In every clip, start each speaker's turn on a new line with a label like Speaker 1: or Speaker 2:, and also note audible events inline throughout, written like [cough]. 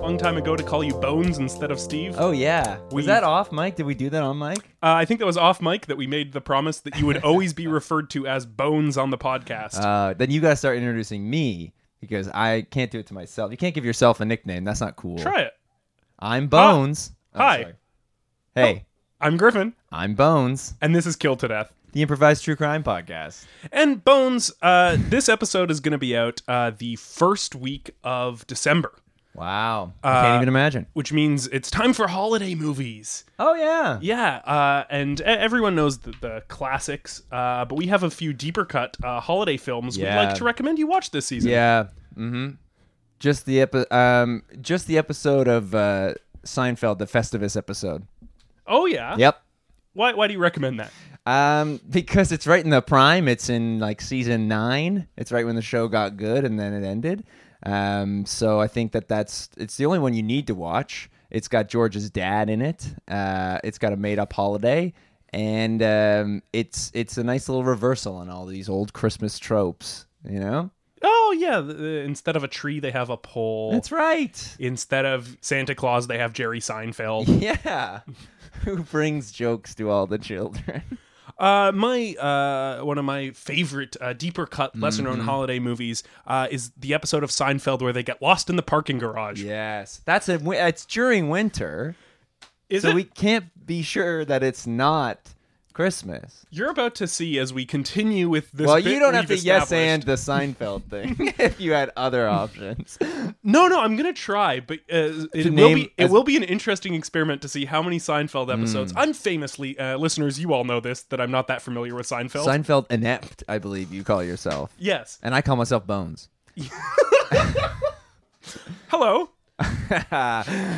Speaker 1: long time ago to call you Bones instead of Steve.
Speaker 2: Oh yeah. Was
Speaker 1: We've-
Speaker 2: that off mic? Did we do that on mic?
Speaker 1: Uh, I think that was off mic that we made the promise that you would always be [laughs] referred to as Bones on the podcast.
Speaker 2: Uh, then you gotta start introducing me because I can't do it to myself. You can't give yourself a nickname. That's not cool.
Speaker 1: Try it.
Speaker 2: I'm Bones. Oh,
Speaker 1: Hi. Oh.
Speaker 2: sorry. Hey,
Speaker 1: I'm Griffin,
Speaker 2: I'm Bones,
Speaker 1: and this is Kill to Death.
Speaker 2: the improvised true crime podcast.
Speaker 1: And Bones, uh, this episode is going to be out uh, the first week of December,
Speaker 2: Wow. I
Speaker 1: Uh,
Speaker 2: can't even imagine.
Speaker 1: which means it's time for holiday movies.
Speaker 2: Oh yeah.
Speaker 1: Yeah, uh, and e- everyone knows the, the classics, uh, but we have a few deeper cut uh, holiday films
Speaker 2: Yeah.
Speaker 1: we'd like to recommend you watch this season.
Speaker 2: Yeah. Mm-hmm. Just the epi- um just the episode of uh Seinfeld, the Festivus episode.
Speaker 1: Oh, yeah?
Speaker 2: Yep.
Speaker 1: Why, why do you recommend that?
Speaker 2: Um, because it's right in the prime. It's in like season nine. It's right when the show got good and then it ended. Um, so I think that that's it's the only one you need to watch. It's got George's dad in it. Uh, it's got a made up holiday, and um, it's it's a nice little reversal on all these old Christmas tropes. You know,
Speaker 1: Oh yeah, th- th- instead of a tree they have a pole.
Speaker 2: that's right.
Speaker 1: Instead of Santa Claus they have
Speaker 2: [laughs]
Speaker 1: Jerry Seinfeld.
Speaker 2: Yeah, who brings jokes to all the children? [laughs]
Speaker 1: uh my uh one of my favorite uh, deeper cut lesser
Speaker 2: Mm-hmm.
Speaker 1: known holiday movies uh is the episode of Seinfeld where they get lost in the parking garage.
Speaker 2: yes, that's a. wi- It's during winter.
Speaker 1: Is
Speaker 2: so
Speaker 1: it
Speaker 2: we can't be sure that it's not Christmas.
Speaker 1: You're about to see as we continue with this
Speaker 2: well,
Speaker 1: bit
Speaker 2: you don't have to
Speaker 1: we've
Speaker 2: yes and
Speaker 1: established-
Speaker 2: the Seinfeld thing [laughs] if you had
Speaker 1: [laughs]
Speaker 2: other options.
Speaker 1: No, no, I'm going to try, but uh, it will
Speaker 2: name
Speaker 1: be it
Speaker 2: as-
Speaker 1: will be an interesting experiment to see how many Seinfeld episodes.
Speaker 2: Hmm.
Speaker 1: I'm famously uh, listeners, you all know this that I'm not that familiar with Seinfeld.
Speaker 2: Seinfeld inept, I believe you call yourself,
Speaker 1: yes.
Speaker 2: and I call myself Bones. [laughs]
Speaker 1: Hello.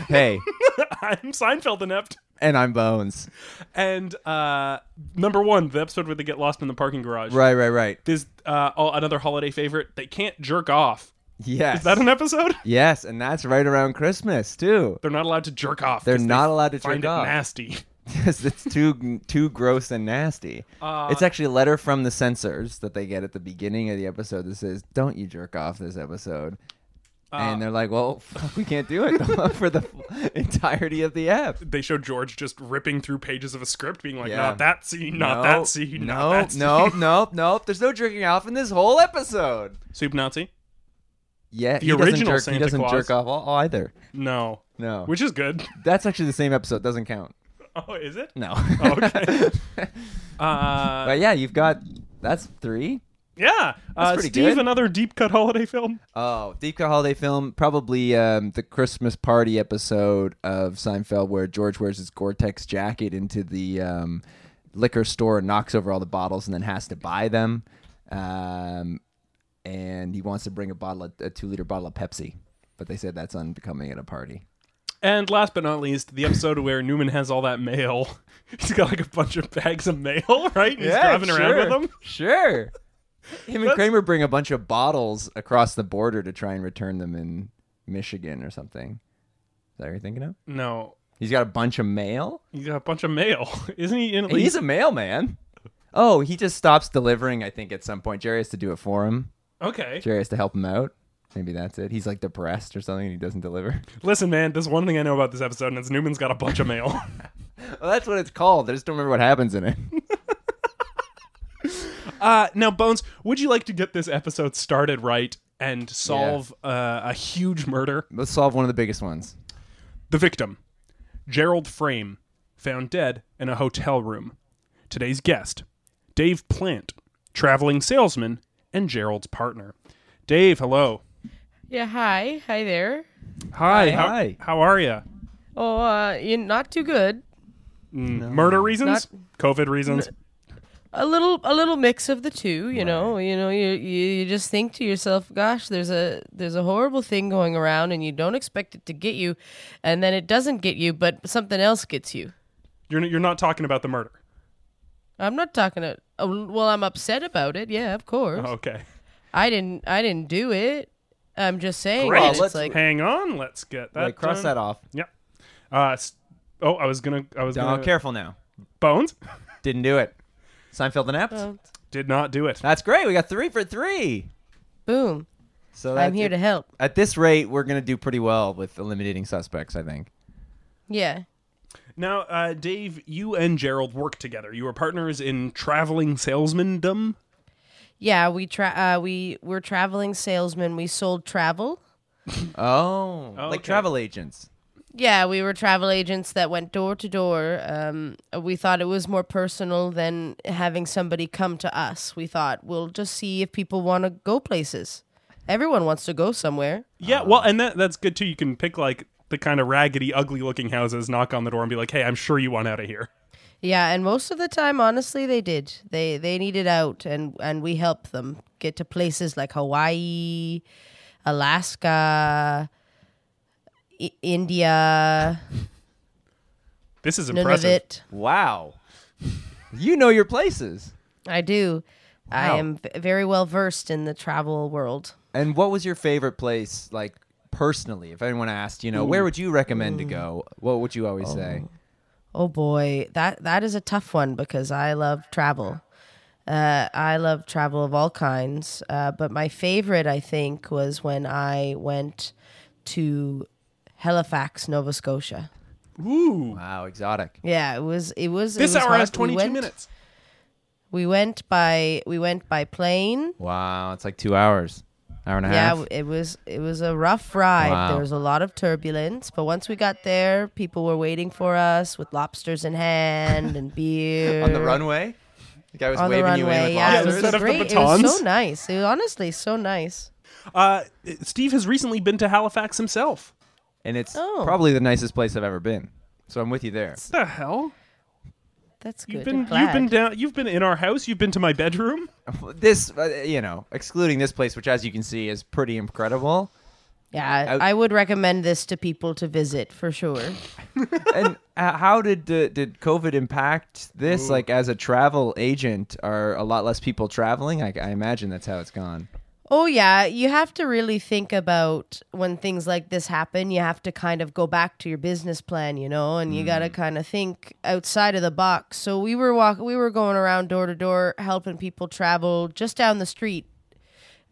Speaker 2: hey,
Speaker 1: [laughs] I'm Seinfeld inept.
Speaker 2: and I'm Bones.
Speaker 1: And uh, number one, the episode where they get lost in the parking garage.
Speaker 2: Right, right, right.
Speaker 1: There's uh, oh, another holiday favorite. They can't jerk off.
Speaker 2: Yes,
Speaker 1: Is that
Speaker 2: [laughs]
Speaker 1: an episode?
Speaker 2: yes, and that's right around Christmas too,
Speaker 1: They're not allowed to jerk off.
Speaker 2: They're
Speaker 1: 'cause
Speaker 2: not
Speaker 1: they
Speaker 2: allowed to
Speaker 1: find
Speaker 2: jerk
Speaker 1: it
Speaker 2: off.
Speaker 1: Nasty. [laughs]
Speaker 2: because [laughs] it's too too gross and nasty. it's
Speaker 1: Uh,
Speaker 2: actually a letter from the censors that they get at the beginning of the episode that says, "Don't you jerk off this episode."
Speaker 1: uh,
Speaker 2: and they're like, "Well, [laughs] fuck, we can't do it [laughs] for the entirety of the app."
Speaker 1: They show George just ripping through pages of a script, being like,
Speaker 2: Yeah.
Speaker 1: "Not that scene, not
Speaker 2: No,
Speaker 1: that scene,
Speaker 2: no,
Speaker 1: not that scene." [laughs]
Speaker 2: no, no, no. There's no jerking off in this whole episode.
Speaker 1: Soup Nazi?
Speaker 2: Yeah,
Speaker 1: The
Speaker 2: he doesn't
Speaker 1: original
Speaker 2: jerk.
Speaker 1: Santa
Speaker 2: he doesn't
Speaker 1: Claus.
Speaker 2: jerk off all, either.
Speaker 1: No.
Speaker 2: No,
Speaker 1: Which is good.
Speaker 2: that's actually the same episode. Doesn't count.
Speaker 1: [laughs] Oh, is it?
Speaker 2: No.
Speaker 1: Okay. Uh,
Speaker 2: [laughs] but yeah, you've got that's three.
Speaker 1: yeah. Uh,
Speaker 2: pretty
Speaker 1: Steve,
Speaker 2: good.
Speaker 1: another deep cut holiday film.
Speaker 2: Oh, deep cut holiday film, probably um, the Christmas party episode of Seinfeld where George wears his Gore-Tex jacket into the um, liquor store and knocks over all the bottles and then has to buy them. Um, and he wants to bring a bottle, of, a two-liter bottle of Pepsi, but they said that's unbecoming at a party.
Speaker 1: And last but not least, the episode where Newman has all that mail. [laughs] He's got like a bunch of bags of mail, [laughs] right? And he's driving around with them. [laughs]
Speaker 2: Sure. Him and
Speaker 1: That's-
Speaker 2: Kramer bring a bunch of bottles across the border to try and return them in Michigan or something. Is that what you're thinking of?
Speaker 1: No,
Speaker 2: He's got a bunch of mail.
Speaker 1: he's got a bunch of mail. [laughs] Isn't he in at
Speaker 2: He's
Speaker 1: least?
Speaker 2: a mailman. Oh, he just stops delivering, I think, at some point. Jerry has to do it for him.
Speaker 1: Okay.
Speaker 2: Jerry has to help him out. Maybe that's it. He's like depressed or something and he doesn't deliver.
Speaker 1: Listen, man, there's one thing I know about this episode, and it's Newman's got a bunch of mail.
Speaker 2: [laughs]
Speaker 1: [laughs]
Speaker 2: Well, that's what it's called. I just don't remember what happens in it.
Speaker 1: uh, now, Bones, would you like to get this episode started right and solve uh, a huge murder?
Speaker 2: Let's solve one of the biggest ones.
Speaker 1: The victim, Gerald Frame, found dead in a hotel room. Today's guest, Dave Plant, traveling salesman and Gerald's partner. Dave, hello.
Speaker 3: Yeah, hi. Hi there.
Speaker 1: Hi. How,
Speaker 2: Hi.
Speaker 1: how are you?
Speaker 3: Oh, uh, you not too good.
Speaker 1: Mm, Murder reasons? COVID reasons?
Speaker 3: A little a little mix of the two, you know. You know, you, you you just think to yourself, gosh, there's a there's a horrible thing going around and you don't expect it to get you and then it doesn't get you, but something else gets you.
Speaker 1: You're n- you're not talking about the murder.
Speaker 3: I'm not talking to. oh, Well, I'm upset about it. Yeah, of course.
Speaker 1: Okay.
Speaker 3: I didn't. I didn't do it. I'm just saying.
Speaker 1: Great.
Speaker 3: that
Speaker 2: Well,
Speaker 3: it's
Speaker 2: let's-
Speaker 3: like
Speaker 1: Hang on. Let's get that.
Speaker 2: Like cross
Speaker 1: done.
Speaker 2: that off.
Speaker 1: Yep. Uh, s- oh, I was gonna. I was
Speaker 2: Don't
Speaker 1: gonna.
Speaker 2: careful now.
Speaker 1: Bones
Speaker 2: Didn't do it. Seinfeld inept.
Speaker 3: Oh.
Speaker 1: did not do it.
Speaker 2: That's great. We got three for three.
Speaker 3: boom.
Speaker 2: So
Speaker 3: I'm
Speaker 2: that's-
Speaker 3: here to help.
Speaker 2: At this rate, we're gonna do pretty well with eliminating suspects. I think.
Speaker 3: Yeah.
Speaker 1: Now, uh, Dave, you and Gerald work together. You are partners in traveling salesmandom.
Speaker 3: Yeah, we tra- uh, we were traveling salesmen. We sold travel.
Speaker 2: Oh,
Speaker 1: Oh,
Speaker 2: like
Speaker 1: okay.
Speaker 2: travel agents.
Speaker 3: Yeah, we were travel agents that went door to door. Um, we thought it was more personal than having somebody come to us. We thought we'll just see if people want to go places. Everyone wants to go somewhere.
Speaker 1: Yeah, well, and that that's good too. You can pick like the kind of raggedy, ugly-looking houses, knock on the door, and be like, "Hey, I'm sure you want out of here."
Speaker 3: Yeah, and most of the time, honestly, they did. They they needed out, and and we helped them get to places like Hawaii, Alaska, I- India,
Speaker 1: This is impressive.
Speaker 3: Nunavut.
Speaker 2: Wow. you know your places.
Speaker 3: I do.
Speaker 2: Wow.
Speaker 3: I am v- very well versed in the travel world.
Speaker 2: And what was your favorite place, like personally? If anyone asked, you know, where would you recommend
Speaker 3: Mm.
Speaker 2: to go? What would you always say?
Speaker 3: Oh boy, that that is a tough one because I love travel. Uh, I love travel of all kinds, uh, but my favorite, I think, was when I went to Halifax, Nova Scotia.
Speaker 1: Ooh,
Speaker 2: Wow, exotic.
Speaker 3: Yeah, it was. It was. it
Speaker 1: this
Speaker 3: was
Speaker 1: hour has
Speaker 3: hot. We
Speaker 1: 22
Speaker 3: went-
Speaker 1: minutes.
Speaker 3: We went by. We went by plane.
Speaker 2: Wow, it's like two hours, hour and a half.
Speaker 3: Yeah, it was it was a rough ride.
Speaker 2: Wow.
Speaker 3: There was a lot of turbulence, but once we got there, people were waiting for us with lobsters in hand
Speaker 2: [laughs]
Speaker 3: and beer
Speaker 2: on the runway. The guy was
Speaker 3: uh, On the
Speaker 2: waving you in
Speaker 3: runway,
Speaker 2: with
Speaker 3: yeah, it
Speaker 1: lobsters.
Speaker 3: was
Speaker 1: Instead of the
Speaker 3: great. It was
Speaker 1: batons.
Speaker 3: so nice. It was honestly so nice.
Speaker 1: Uh, Steve has recently been to Halifax himself.
Speaker 2: and it's
Speaker 3: Oh.
Speaker 2: probably the nicest place I've ever been. So I'm with you there.
Speaker 1: What the hell?
Speaker 3: That's good.
Speaker 1: You've
Speaker 3: I'm
Speaker 1: been you've
Speaker 3: glad.
Speaker 1: been down. You've been in our house. You've been to my bedroom.
Speaker 2: This, uh, you know, excluding this place, which as you can see is pretty incredible.
Speaker 3: yeah,
Speaker 2: out-
Speaker 3: I, would recommend this to people to visit for sure.
Speaker 2: and uh, how did uh, did COVID impact this? Like, as a travel agent, are a lot less people traveling? I, I imagine that's how it's gone.
Speaker 3: Oh yeah, you have to really think about when things like this happen. You have to kind of go back to your business plan, you know, and you got
Speaker 2: Mm.
Speaker 3: to kind of think outside of the box. So we were walk we were going around door to door helping people travel just down the street.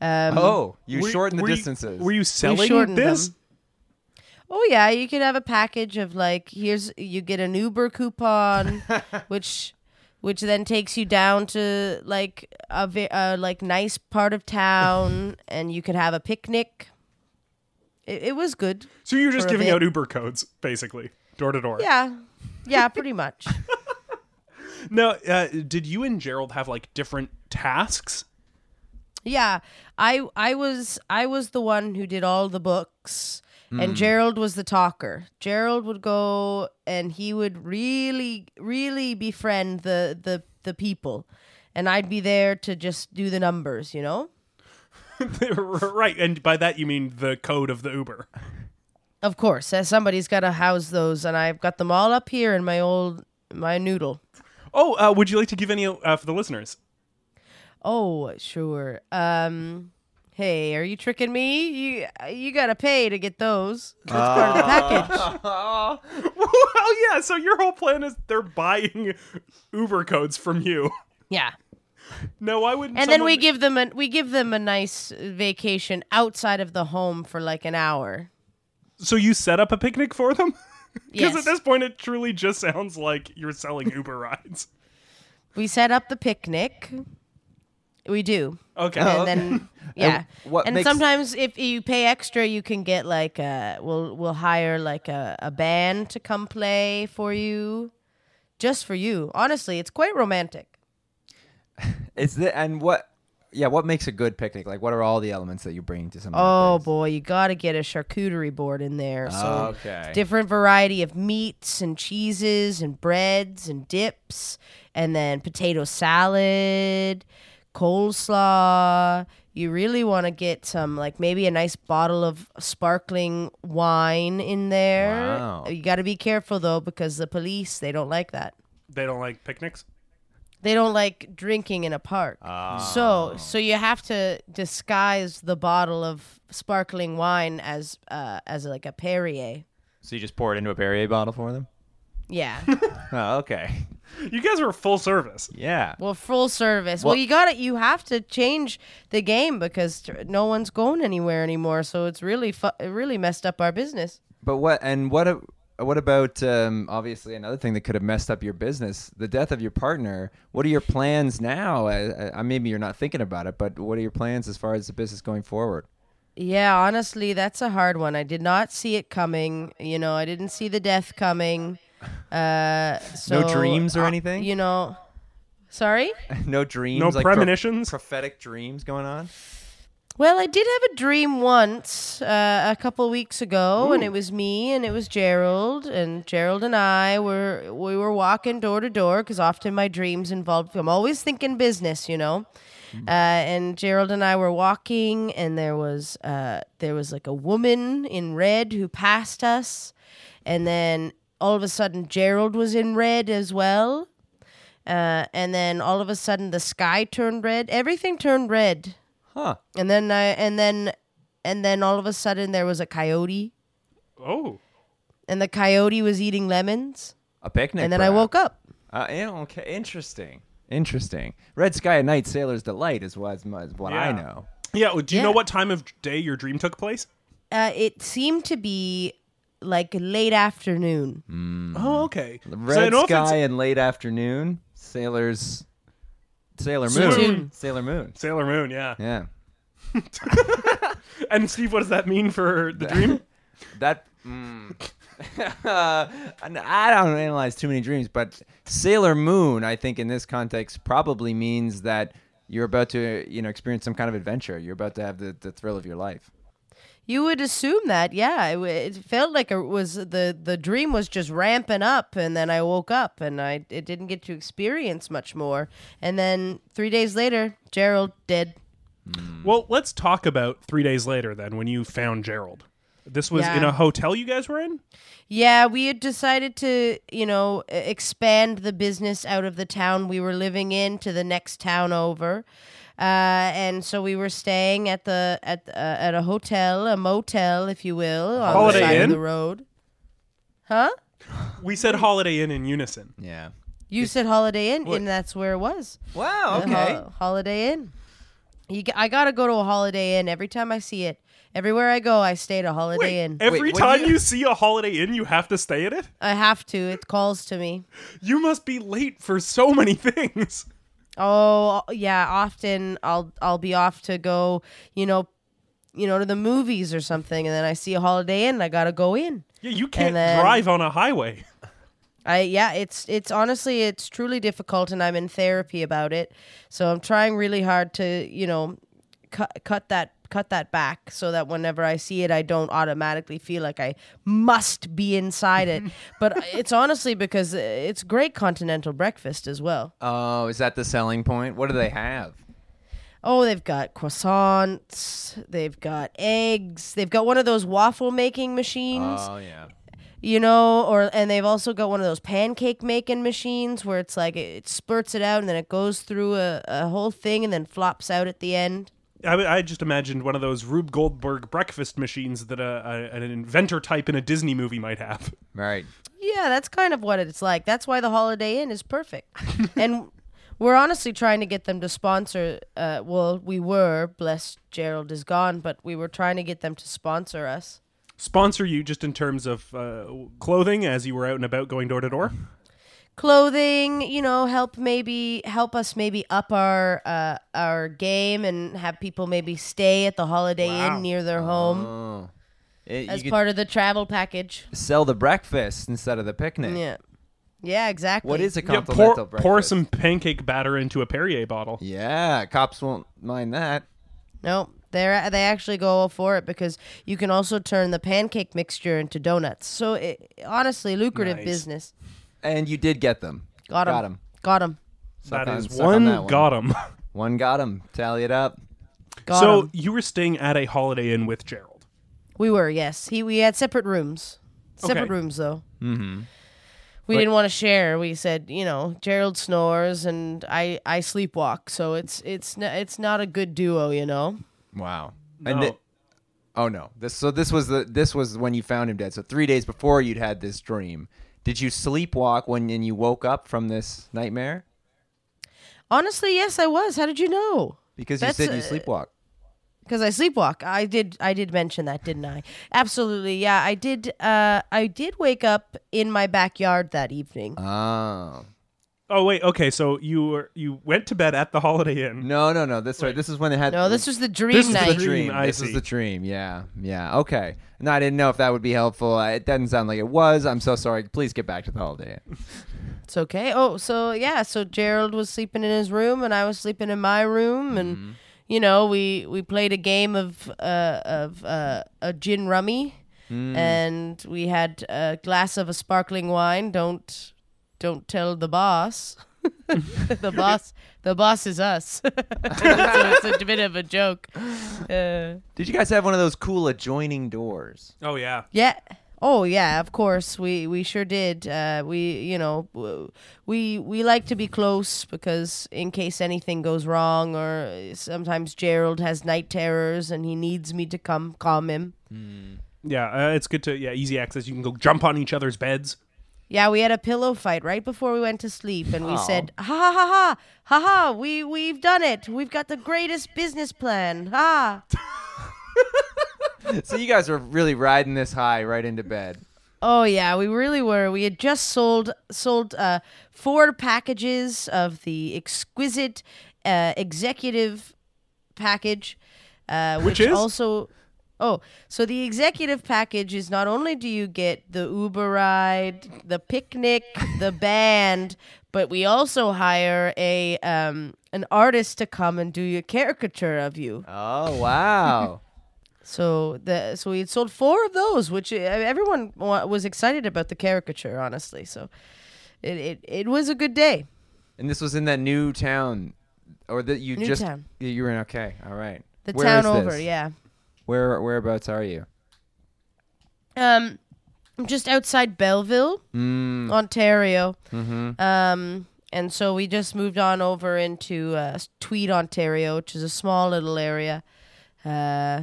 Speaker 3: Um,
Speaker 2: Oh, you
Speaker 1: Were-
Speaker 2: shorten the
Speaker 1: were you-
Speaker 2: distances.
Speaker 1: were you selling
Speaker 3: shortened
Speaker 1: this?
Speaker 3: them. Oh yeah, you could have a package of like here's you get an Uber coupon, which which then takes you down to like a, ve- a like nice part of town, and you could have a picnic. It, it was good.
Speaker 1: So you're just
Speaker 3: For a
Speaker 1: giving
Speaker 3: bit.
Speaker 1: out Uber codes, basically, door to door.
Speaker 3: Yeah, yeah, pretty much.
Speaker 1: Now, uh, did you and Gerald have like different tasks? [laughs]
Speaker 3: Yeah, I I was I was the one who did all the books, and Gerald was the talker. Gerald would go and he would really really befriend the the the people, and I'd be there to just do the numbers. You know,
Speaker 1: right, and by that you mean the code of the Uber.
Speaker 3: of course, uh, somebody's got to house those, and I've got them all up here in my old my noodle.
Speaker 1: Oh, uh, would you like to give any uh, for the listeners? [laughs]
Speaker 3: Oh sure. Um, hey, are you tricking me? You you gotta pay to get those. That's part of the package.
Speaker 1: well, yeah. So your whole plan is they're buying Uber codes from you. [laughs]
Speaker 3: Yeah.
Speaker 1: No, I wouldn't.
Speaker 3: and then we
Speaker 1: someone-
Speaker 3: give them a we give them a nice vacation outside of the home for like an hour.
Speaker 1: So you set up a picnic for them? [laughs] Because
Speaker 3: Yes,
Speaker 1: at this point, it truly just sounds like you're
Speaker 3: [laughs]
Speaker 1: selling Uber rides.
Speaker 3: we set up the picnic. We do,
Speaker 1: Okay.
Speaker 3: and then [laughs] yeah,
Speaker 2: Oh, And what
Speaker 3: and
Speaker 2: makes-
Speaker 3: sometimes if you pay extra, you can get like a we'll we'll hire like a, a band to come play for you, just for you. Honestly, it's quite romantic.
Speaker 2: Is the and what? Yeah, what makes a good picnic? Like, what are all the elements that you're bringing to someone?
Speaker 3: Oh boy, you got to get a charcuterie board in there. So
Speaker 2: Okay.
Speaker 3: different variety of meats and cheeses and breads and dips, and then potato salad, coleslaw. You really want to get some, like maybe a nice bottle of sparkling wine in there.
Speaker 2: Wow.
Speaker 3: You got to be careful though, because the police they don't like that.
Speaker 1: They don't like picnics.
Speaker 3: They don't like drinking in a park.
Speaker 2: Ah.
Speaker 3: So, so you have to disguise the bottle of sparkling wine as, uh, as like a Perrier.
Speaker 2: So you just pour it into a Perrier bottle for them? [laughs]
Speaker 3: Yeah.
Speaker 2: Oh, okay. [laughs]
Speaker 1: You guys are full service.
Speaker 2: Yeah.
Speaker 3: Well, full service. Well,
Speaker 2: Well-
Speaker 3: you got to You have to change the game because tr- no one's going anywhere anymore. So it's really, fu- it really messed up our business.
Speaker 2: But what and what a- what about um, obviously another thing that could have messed up your business, the death of your partner? What are your plans now? I, I, maybe you're not thinking about it, but what are your plans as far as the business going forward?
Speaker 3: Yeah, honestly, that's a hard one. I did not see it coming. You know, I didn't see the death coming. Uh, so,
Speaker 2: dreams or
Speaker 3: uh,
Speaker 2: anything?
Speaker 3: you know, sorry.
Speaker 2: [laughs] no dreams,
Speaker 1: No
Speaker 2: like pro-
Speaker 1: premonitions.
Speaker 2: prophetic dreams going on.
Speaker 3: Well, I did have a dream once uh, a couple weeks ago, and it was me and it was Gerald, and Gerald and I were we were walking door to door because often my dreams involved. I'm always thinking business, you know. Uh, and Gerald and I were walking, and there was uh, there was like a woman in red who passed us, and then all of a sudden Gerald was in red as well, uh, and then all of a sudden the sky turned red. Everything turned red
Speaker 2: Huh.
Speaker 3: and then I and then and then all of a sudden there was a coyote
Speaker 1: Oh,
Speaker 3: and the coyote was eating lemons
Speaker 2: A picnic.
Speaker 3: and then I woke up.
Speaker 2: Uh, yeah, okay, interesting. Interesting. Red sky at night, sailor's delight is what, is what I
Speaker 1: Yeah.
Speaker 2: know.
Speaker 1: yeah. well, Do you know
Speaker 3: Yeah.
Speaker 1: what time of day your dream took place?
Speaker 3: Uh, it seemed to be like late afternoon.
Speaker 1: Oh, okay.
Speaker 2: Red
Speaker 1: so I know if
Speaker 2: sky
Speaker 1: it's
Speaker 2: and late afternoon, sailor's Sailor Moon.
Speaker 1: Sailor
Speaker 3: Moon.
Speaker 2: Sailor Moon.
Speaker 1: Sailor Moon. Yeah.
Speaker 2: Yeah.
Speaker 1: And Steve, what does that mean for the dream?
Speaker 2: That. Mm. [laughs] uh, I don't analyze too many dreams, but Sailor Moon, I think in this context, probably means that you're about to, you know, experience some kind of adventure. You're about to have the, the thrill of your life.
Speaker 3: You would assume that, yeah. It, w- it felt like it was the the dream was just ramping up, and then I woke up and I it didn't get to experience much more. And then three days later, Gerald did.
Speaker 1: well, let's talk about three days later then when you found Gerald. This was
Speaker 3: Yeah.
Speaker 1: in a hotel you guys were in.
Speaker 3: Yeah, we had decided to, you know, e- expand the business out of the town we were living in to the next town over. Uh, and so we were staying at the at uh, at a hotel, a motel, if you will, on
Speaker 1: Holiday
Speaker 3: the side
Speaker 1: Inn?
Speaker 3: of the road. Huh?
Speaker 1: We said Holiday Inn in unison.
Speaker 2: Yeah.
Speaker 3: You said Holiday Inn,
Speaker 2: What?
Speaker 3: and that's where it was.
Speaker 2: Wow.
Speaker 3: The
Speaker 2: Okay.
Speaker 3: Hol- Holiday Inn. You, g- I gotta go to a Holiday Inn every time I see it. Everywhere I go, I stay at a Holiday
Speaker 1: Wait,
Speaker 3: Inn.
Speaker 1: every
Speaker 2: Wait, what do
Speaker 1: time
Speaker 2: you-
Speaker 1: you... see a Holiday Inn, you have to stay at it.
Speaker 3: I have to. It calls to me.
Speaker 1: You must be late for so many [laughs] things.
Speaker 3: Oh yeah, often I'll I'll be off to go, you know, you know to the movies or something, and then I see a Holiday Inn, I gotta go in.
Speaker 1: Yeah, you can't
Speaker 3: then-
Speaker 1: drive on a highway.
Speaker 3: I yeah, it's it's honestly it's truly difficult, and I'm in therapy about it, so I'm trying really hard to you know cut cut that cut that back so that whenever I see it, I don't automatically feel like I must be inside it. but it's honestly because it's great continental breakfast as well.
Speaker 2: Oh, is that the selling point? What do they have?
Speaker 3: Oh, they've got croissants. They've got eggs. They've got one of those waffle making machines,
Speaker 2: Oh, yeah.
Speaker 3: you know, or and they've also got one of those pancake making machines where it's like it, it spurts it out and then it goes through a, a whole thing and then flops out at the end.
Speaker 1: I, I just imagined one of those Rube Goldberg breakfast machines that a, a, an inventor type in a Disney movie might have.
Speaker 2: Right.
Speaker 3: Yeah, that's kind of what it's like. That's why the Holiday Inn is perfect. and we're honestly trying to get them to sponsor. Uh, well, we were, bless Gerald is gone, but we were trying to get them to sponsor us.
Speaker 1: Sponsor you just in terms of uh, clothing as you were out and about going door to door.
Speaker 3: clothing you know help maybe help us maybe up our uh, our game and have people maybe stay at the holiday
Speaker 1: Wow.
Speaker 3: inn near their home
Speaker 2: Oh. It-
Speaker 3: as
Speaker 2: you could
Speaker 3: part of the travel package
Speaker 2: sell the breakfast instead of the picnic.
Speaker 3: yeah yeah exactly
Speaker 2: What is a
Speaker 1: Yeah,
Speaker 2: continental
Speaker 1: pour,
Speaker 2: breakfast?
Speaker 1: pour some pancake batter into a Perrier bottle.
Speaker 2: Yeah, cops won't mind that.
Speaker 3: no they're they actually go for it because you can also turn the pancake mixture into donuts so it, honestly lucrative
Speaker 1: Nice.
Speaker 3: business
Speaker 2: And you did get them.
Speaker 3: got him
Speaker 2: Got him.
Speaker 3: got him
Speaker 1: That
Speaker 2: on-
Speaker 1: is
Speaker 2: suck on
Speaker 1: one,
Speaker 2: that one.
Speaker 1: got 'em.
Speaker 2: One got him. Tally it up.
Speaker 3: Got
Speaker 1: so
Speaker 3: 'em.
Speaker 1: you were staying at a Holiday Inn with Gerald.
Speaker 3: we were yes. He we had separate rooms. Separate
Speaker 1: Okay.
Speaker 3: rooms though. Mm-hmm. We didn't want to share. We said, you know, Gerald snores and I I sleepwalk, so it's it's n- it's not a good duo, you know.
Speaker 2: Wow.
Speaker 1: No.
Speaker 2: thi- oh no. This so this was the this was when you found him dead. So three days before you'd had this dream. Did you sleepwalk when and you woke up from this nightmare?
Speaker 3: Honestly, yes, I was. How did you know?
Speaker 2: Because you
Speaker 3: That's,
Speaker 2: said you
Speaker 3: uh,
Speaker 2: sleepwalk.
Speaker 3: because I sleepwalk. I did. I did mention that, didn't I? Absolutely. Yeah, I did. Uh, I did wake up in my backyard that evening.
Speaker 1: Uh,
Speaker 2: Oh.
Speaker 1: Oh wait, okay. So you were you went to bed at the Holiday Inn.
Speaker 2: No, no, no. That's right. This is when they had
Speaker 3: no, this was the dream
Speaker 1: This is the
Speaker 3: night.
Speaker 1: dream. I
Speaker 2: this
Speaker 1: see.
Speaker 2: is the dream. Yeah, yeah. Okay. No, I didn't know if that would be helpful. Uh, It doesn't sound like it was. I'm so sorry. Please get back to the holiday. Inn.
Speaker 3: It's okay. Oh, so yeah. So Gerald was sleeping in his room, and I was sleeping in my room, and you know, we we played a game of uh, of uh, a gin rummy, and we had a glass of a sparkling wine. Don't don't tell the boss. [laughs] the boss, the boss is us. [laughs] so it's a bit of a joke. Uh,
Speaker 2: Did you guys have one of those cool adjoining doors?
Speaker 1: Oh yeah.
Speaker 3: yeah. Oh yeah, of course we we sure did. Uh, we you know w- we we like to be close because in case anything goes wrong or uh, sometimes Gerald has night terrors and he needs me to come calm him.
Speaker 1: Yeah, uh, it's good to yeah, easy access. You can go jump on each other's beds.
Speaker 3: Yeah, we had a pillow fight right before we went to sleep, and we
Speaker 2: Aw.
Speaker 3: said, "Ha ha ha ha ha ha! We we've done it! We've got the greatest business plan! Ha!"
Speaker 2: [laughs] so you guys were really riding this high right into bed.
Speaker 3: Oh yeah, we really were. We had just sold sold uh, four packages of the exquisite uh, executive package, uh, which,
Speaker 1: is?
Speaker 3: also. Oh, so the executive package is not only do you get the Uber ride, the picnic, the band, but we also hire a um, an artist to come and do your caricature of you.
Speaker 2: Oh
Speaker 3: [laughs]
Speaker 2: wow.
Speaker 3: So the so we had sold four of those, which uh, everyone wa- was excited about the caricature, honestly. So it it, it was a good day.
Speaker 2: and this was in that new town, or that you
Speaker 3: New
Speaker 2: just
Speaker 3: town.
Speaker 2: Yeah, you were in. Okay, all right.
Speaker 3: The
Speaker 2: Where
Speaker 3: town
Speaker 2: is
Speaker 3: over,
Speaker 2: this?
Speaker 3: yeah.
Speaker 2: Where whereabouts are you?
Speaker 3: Um, I'm just outside Belleville,
Speaker 2: Mm.
Speaker 3: Ontario. Mm-hmm. Um, and so we just moved on over into uh, Tweed, Ontario, which is a small little area, uh,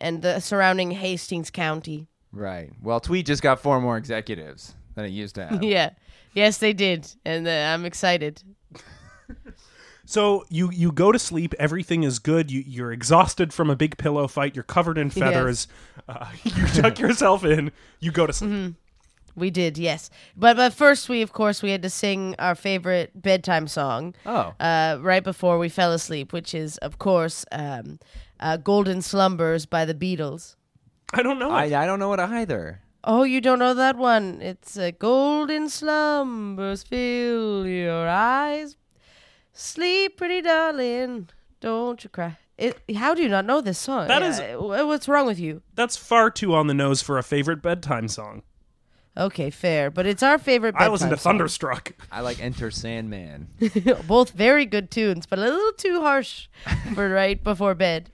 Speaker 3: and the surrounding Hastings County. [laughs]
Speaker 2: Right. Well, Tweed just got four more executives than it used to have.
Speaker 3: [laughs] Yeah. Yes, they did, and uh, I'm excited.
Speaker 1: So you you go to sleep. Everything is good. You you're exhausted from a big pillow fight. You're covered in feathers. Uh, [laughs] you tuck yourself in. You go to sleep.
Speaker 3: We did, yes. But but first, we of course we had to sing our favorite bedtime song.
Speaker 2: Oh.
Speaker 3: Uh, right before we fell asleep, which is of course um, uh, "Golden Slumbers" by the Beatles.
Speaker 1: I don't know.
Speaker 2: I I don't know it either.
Speaker 3: Oh, you don't know that one? It's uh, "Golden Slumbers, fill your eyes, sleep, pretty darling, don't you cry." It, how do you not know this song?
Speaker 1: That is-
Speaker 3: Uh, wh- what's wrong with you?
Speaker 1: That's far too on the nose for a favorite bedtime song.
Speaker 3: Okay, fair, but it's our favorite.
Speaker 1: I
Speaker 3: Bedtime
Speaker 1: listen to
Speaker 3: song.
Speaker 1: Thunderstruck.
Speaker 2: I like Enter
Speaker 3: [laughs]
Speaker 2: Sandman.
Speaker 3: Both very good tunes, but a little too harsh
Speaker 2: [laughs]
Speaker 3: for right before bed.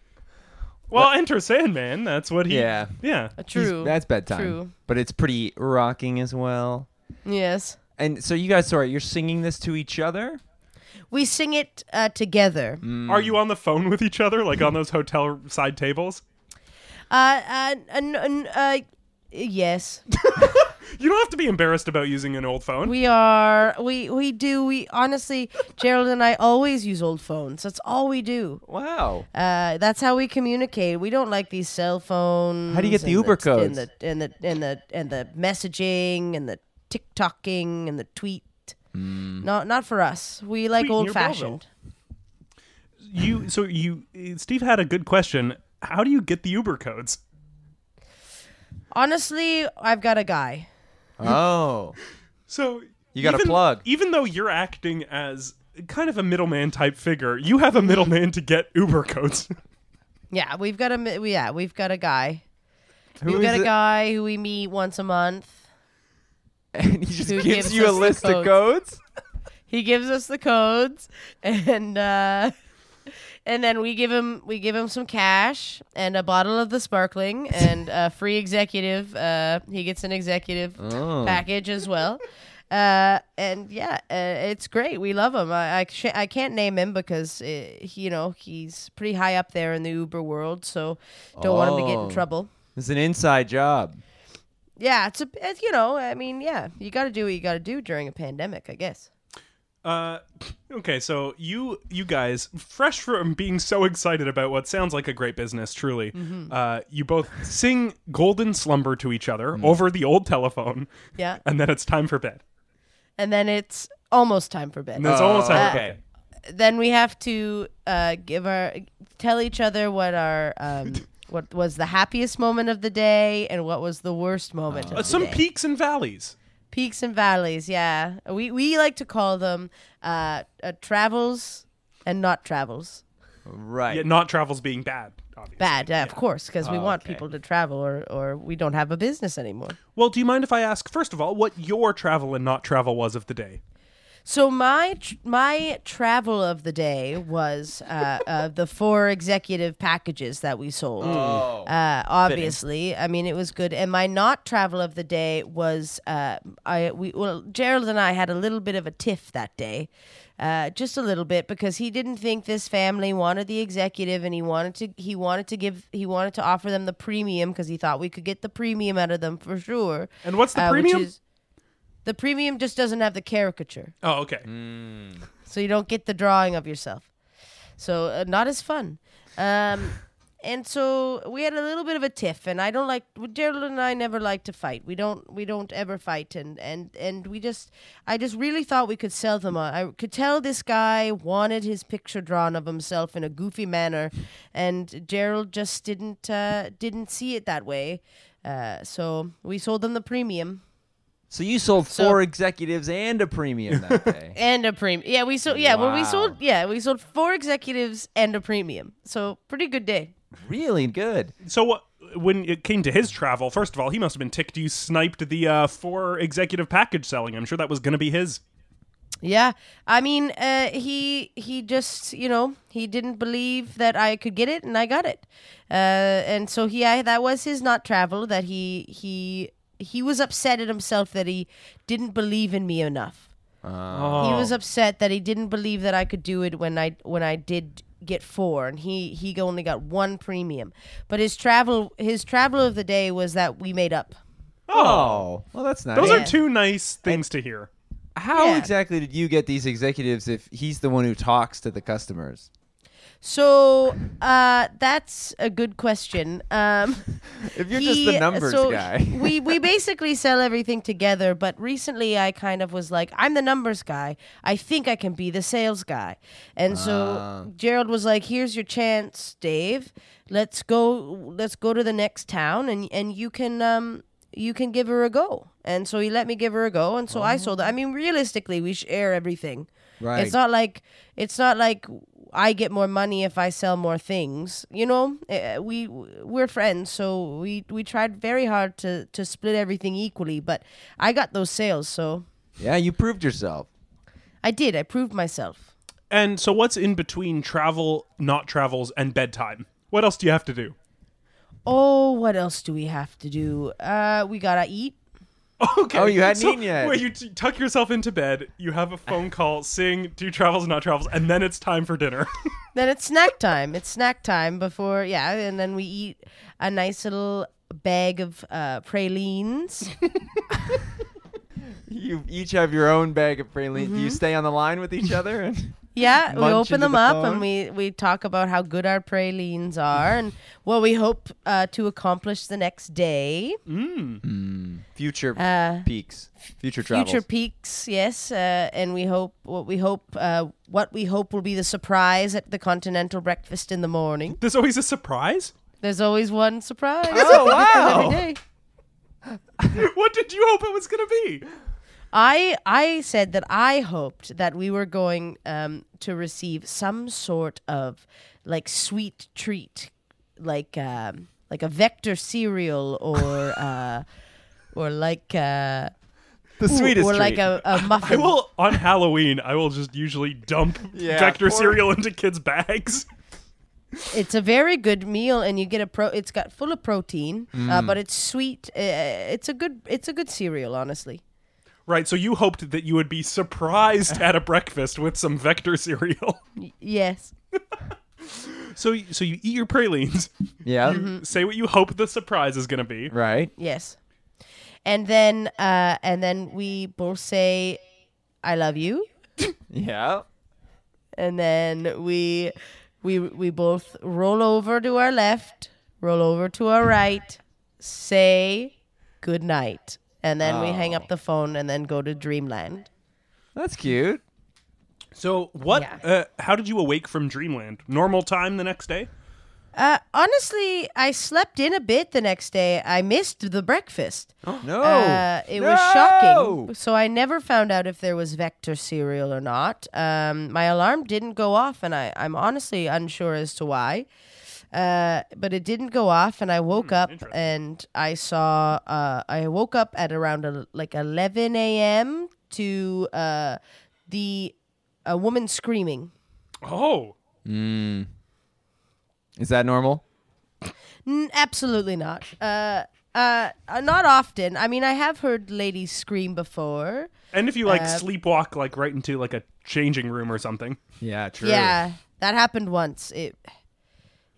Speaker 1: Well, enter Sandman. That's what he.
Speaker 2: Yeah.
Speaker 1: Yeah.
Speaker 2: He's-
Speaker 3: True.
Speaker 2: That's bedtime.
Speaker 3: True.
Speaker 2: But it's pretty rocking as well.
Speaker 3: Yes.
Speaker 2: And so you guys, sorry, you're singing this to each other.
Speaker 3: We sing it uh, together.
Speaker 2: Mm.
Speaker 1: Are you on the phone with each other, like on those hotel side tables?
Speaker 3: Uh, uh, n- n- uh, yes.
Speaker 1: You don't have to be embarrassed about using an old phone.
Speaker 3: We are. We we do. We honestly, Gerald and I always use old phones. That's all we do.
Speaker 2: Wow.
Speaker 3: Uh, [laughs] that's how we communicate. We don't like these cell phones.
Speaker 2: How do you get the
Speaker 3: and
Speaker 2: Uber
Speaker 3: And
Speaker 2: codes?
Speaker 3: the and the and the and the messaging and the TikToking and the tweet.
Speaker 2: Mm.
Speaker 3: Not not for us. We like
Speaker 1: Tweet near
Speaker 3: old fashioned.
Speaker 1: you so you Steve had a good question. How do you get the Uber codes?
Speaker 3: Honestly, I've got a guy.
Speaker 2: oh.
Speaker 1: So
Speaker 2: You got a
Speaker 1: even-
Speaker 2: plug.
Speaker 1: Even though you're acting as kind of a middleman type figure, you have a middleman to get Uber codes. [laughs]
Speaker 3: Yeah, we've got a mi- we- yeah, we've got a guy.
Speaker 2: Who
Speaker 3: we've got
Speaker 2: is
Speaker 3: a
Speaker 2: it?
Speaker 3: guy who we meet once a month.
Speaker 2: [laughs] And he just
Speaker 3: who
Speaker 2: gives,
Speaker 3: gives
Speaker 2: you a
Speaker 3: us the
Speaker 2: list of codes.
Speaker 3: He gives us the codes, [laughs] and uh, and then we give him we give him some cash and a bottle of the sparkling and a free executive. Uh, he gets an executive
Speaker 2: Oh.
Speaker 3: package as well. Uh, and yeah, uh, it's great. We love him. I I, sh- I can't name him because uh he- you know he's pretty high up there in the Uber world, so don't want him to get in
Speaker 2: Oh.
Speaker 3: trouble.
Speaker 2: It's an inside job.
Speaker 3: Yeah, it's a it's, you know I mean yeah you got to do what you got to do during a pandemic, I guess.
Speaker 1: Uh, okay, so you you guys, fresh from being so excited about what sounds like a great business, truly, uh, you both sing "Golden Slumber" to each other
Speaker 2: Hmm.
Speaker 1: over the old telephone, [laughs]
Speaker 3: Yeah,
Speaker 1: and then it's time for bed.
Speaker 3: and then it's almost time for bed.
Speaker 1: And it's almost
Speaker 3: Uh,
Speaker 1: time for
Speaker 2: okay.
Speaker 1: bed.
Speaker 3: then we have to uh, give our tell each other what our um, what was the happiest moment of the day and what was the worst moment.
Speaker 1: Uh,
Speaker 3: of
Speaker 1: some
Speaker 3: the day.
Speaker 1: peaks and valleys.
Speaker 3: peaks and valleys. Yeah, we we like to call them uh, uh, travels and not travels.
Speaker 2: Right.
Speaker 1: Yeah, not travels being bad. Obviously.
Speaker 3: Bad, yeah, of course, because we want
Speaker 2: okay.
Speaker 3: people to travel, or or we don't have a business anymore.
Speaker 1: Well, do you mind if I ask first of all what your travel and not travel was of the day?
Speaker 3: So my tr- my travel of the day was uh, uh, the four executive packages that we sold.
Speaker 1: Mm.
Speaker 3: Uh, obviously, I mean it was good. And my not travel of the day was uh, I we well Gerald and I had a little bit of a tiff that day, uh, just a little bit because he didn't think this family wanted the executive, and he wanted to he wanted to give he wanted to offer them the premium because he thought we could get the premium out of them for sure. Uh,
Speaker 1: And what's the
Speaker 3: which
Speaker 1: premium?
Speaker 3: is- the premium just doesn't have the caricature
Speaker 1: Oh, okay.
Speaker 3: so you don't get the drawing of yourself. So uh, not as fun. Um, [laughs] and so we had a little bit of a tiff, and I don't like Gerald and I never like to fight. We don't we don't ever fight, and and and we just I just really thought we could sell them on. I could tell this guy wanted his picture drawn of himself in a goofy manner, and Gerald just didn't uh, didn't see it that way. Uh, so we sold them the premium.
Speaker 2: So you sold
Speaker 3: So-
Speaker 2: four executives and a premium
Speaker 3: [laughs]
Speaker 2: that day.
Speaker 3: and a premium. Yeah, we sold. Yeah, well, we
Speaker 2: Wow.
Speaker 3: sold. Yeah, we sold four executives and a premium. So pretty good day.
Speaker 2: really good.
Speaker 1: So what? When it came to his travel, first of all, he must have been ticked. You sniped the uh, four executive package selling. I'm sure that was going to be his.
Speaker 3: Yeah, I mean, uh, he he just you know he didn't believe that I could get it, and I got it, uh, and so he I, that was his not travel that he he he was upset at himself that he didn't believe in me enough.
Speaker 1: Oh.
Speaker 3: he was upset that he didn't believe that I could do it when I when I did get four and he he only got one premium but his travel his travel of the day was that we made up
Speaker 2: Oh, well, that's nice.
Speaker 1: Those
Speaker 3: Yeah.
Speaker 1: are two nice things to hear.
Speaker 2: How
Speaker 3: Yeah.
Speaker 2: exactly did you get these executives if he's the one who talks to the customers?
Speaker 3: so uh that's a good question um [laughs]
Speaker 2: If you're just the
Speaker 3: he- uh,
Speaker 2: numbers
Speaker 3: so
Speaker 2: guy.
Speaker 3: [laughs] we we basically sell everything together, but recently I kind of was like, I'm the numbers guy. I think I can be the sales guy. And so
Speaker 2: Ah.
Speaker 3: Gerald was like, here's your chance, Dave. Let's go let's go to the next town and and you can um you can give her a go. And so he let me give her a go and so I sold it. I mean, realistically, we share everything.
Speaker 2: Oh. Right.
Speaker 3: It's not like it's not like I get more money if I sell more things. You know, Eh, we we're friends, so we we tried very hard to to split everything equally, but I got those sales, so
Speaker 2: [laughs] yeah, you proved yourself.
Speaker 3: I did. I proved myself.
Speaker 1: And so, what's in between travel, not travels, and bedtime? What else do you have to do?
Speaker 3: Oh, what else do we have to do? Uh, we gotta eat.
Speaker 1: [laughs] Okay.
Speaker 2: Oh, you hadn't
Speaker 1: so,
Speaker 2: eaten yet.
Speaker 1: Wait, you t- tuck yourself into bed. You have a
Speaker 2: [laughs]
Speaker 1: phone call, sing, do travels, not travels, and then it's time for dinner. [laughs]
Speaker 3: Then it's snack time. It's snack time before yeah, and then we eat a nice little bag of uh, pralines.
Speaker 2: You each have your own bag of praline.
Speaker 3: Mm-hmm.
Speaker 2: Do you stay on the line with each other?
Speaker 3: [laughs]
Speaker 2: And
Speaker 3: Yeah, we
Speaker 2: munch
Speaker 3: open
Speaker 2: into
Speaker 3: them
Speaker 2: the
Speaker 3: up
Speaker 2: phone.
Speaker 3: and we, we talk about how good our pralines are and what we hope uh, to accomplish the next day.
Speaker 2: Mm-hmm. future
Speaker 3: Uh,
Speaker 2: peaks, future travels.
Speaker 3: Future peaks, yes, uh, and we hope what we hope uh, what we hope will be the surprise at the continental breakfast in the morning.
Speaker 1: There's always a
Speaker 2: [laughs]
Speaker 1: surprise.
Speaker 3: There's always one surprise. [laughs]
Speaker 2: Oh, wow.
Speaker 3: Every day.
Speaker 1: what did you hope it was going to be?
Speaker 3: I I said that I hoped that we were going um, to receive some sort of like sweet treat, like um, like a vector cereal
Speaker 2: [laughs]
Speaker 3: or uh, or like uh,
Speaker 2: the sweetest
Speaker 3: or
Speaker 2: treat.
Speaker 3: like a,
Speaker 2: [laughs]
Speaker 3: a
Speaker 1: I
Speaker 3: muffin.
Speaker 1: will on Halloween. I will just usually dump
Speaker 2: [laughs] Yeah,
Speaker 1: vector
Speaker 2: poor-
Speaker 1: cereal into kids' bags. [laughs]
Speaker 3: it's a very good meal, and you get a pro. It's got full of protein, uh,
Speaker 2: Mm.
Speaker 3: but it's sweet. Uh, it's a good. It's a good cereal, honestly.
Speaker 1: Right, so you hoped that you would be surprised at a breakfast with some vector cereal. [laughs]
Speaker 3: Yes.
Speaker 1: So, so you eat your pralines, [laughs]
Speaker 2: Yeah.
Speaker 3: Mm-hmm.
Speaker 1: say what you hope the surprise is going to be.
Speaker 2: Right.
Speaker 3: Yes. And then, uh, and then we both say, "I love you,"
Speaker 2: Yeah.
Speaker 3: and then we, we, we both roll over to our left, roll over to our right, say good night, and then we hang up the phone and then go to dreamland.
Speaker 2: That's
Speaker 3: [gasps]
Speaker 2: cute.
Speaker 1: So, what?
Speaker 3: Yeah.
Speaker 1: Uh, how did you awake from dreamland? Normal time the next day.
Speaker 3: Uh, honestly, I slept in a bit the next day. I missed the breakfast.
Speaker 2: No.
Speaker 3: Uh, it was
Speaker 2: Oh, No!
Speaker 3: shocking. So I never found out if there was vector cereal or not. Um, my alarm didn't go off, and I, I'm honestly unsure as to why. Uh, but it didn't go off, and I woke up and I saw. Uh, I woke up at around a, like 11 a.m. to uh, the a woman screaming.
Speaker 1: Oh,
Speaker 2: Is that normal?
Speaker 3: N- absolutely not. Uh, uh, uh, not often. I mean, I have heard ladies scream before.
Speaker 1: and if you like sleepwalk like right into like a changing room or something.
Speaker 2: Yeah. True.
Speaker 3: Yeah, that happened once. It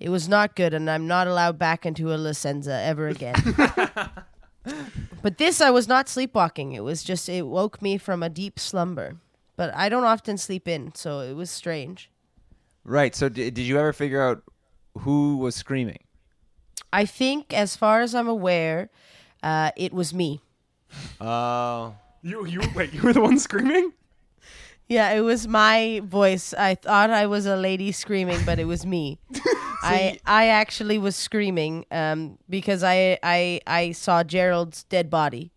Speaker 3: it was not good, and I'm not allowed back into a licenza ever again. but this, I was not sleepwalking. It was just it woke me from a deep slumber. But I don't often sleep in, so it was strange.
Speaker 2: Right. So, d- did you ever figure out who was screaming?
Speaker 3: I think, as far as I'm aware, uh, it was me.
Speaker 2: Oh.
Speaker 1: You you wait, you were the one [laughs] screaming?
Speaker 3: Yeah, it was my voice. I thought I was a lady screaming, but it was [laughs] me. I I actually was screaming um, because I, I I saw Gerald's dead body,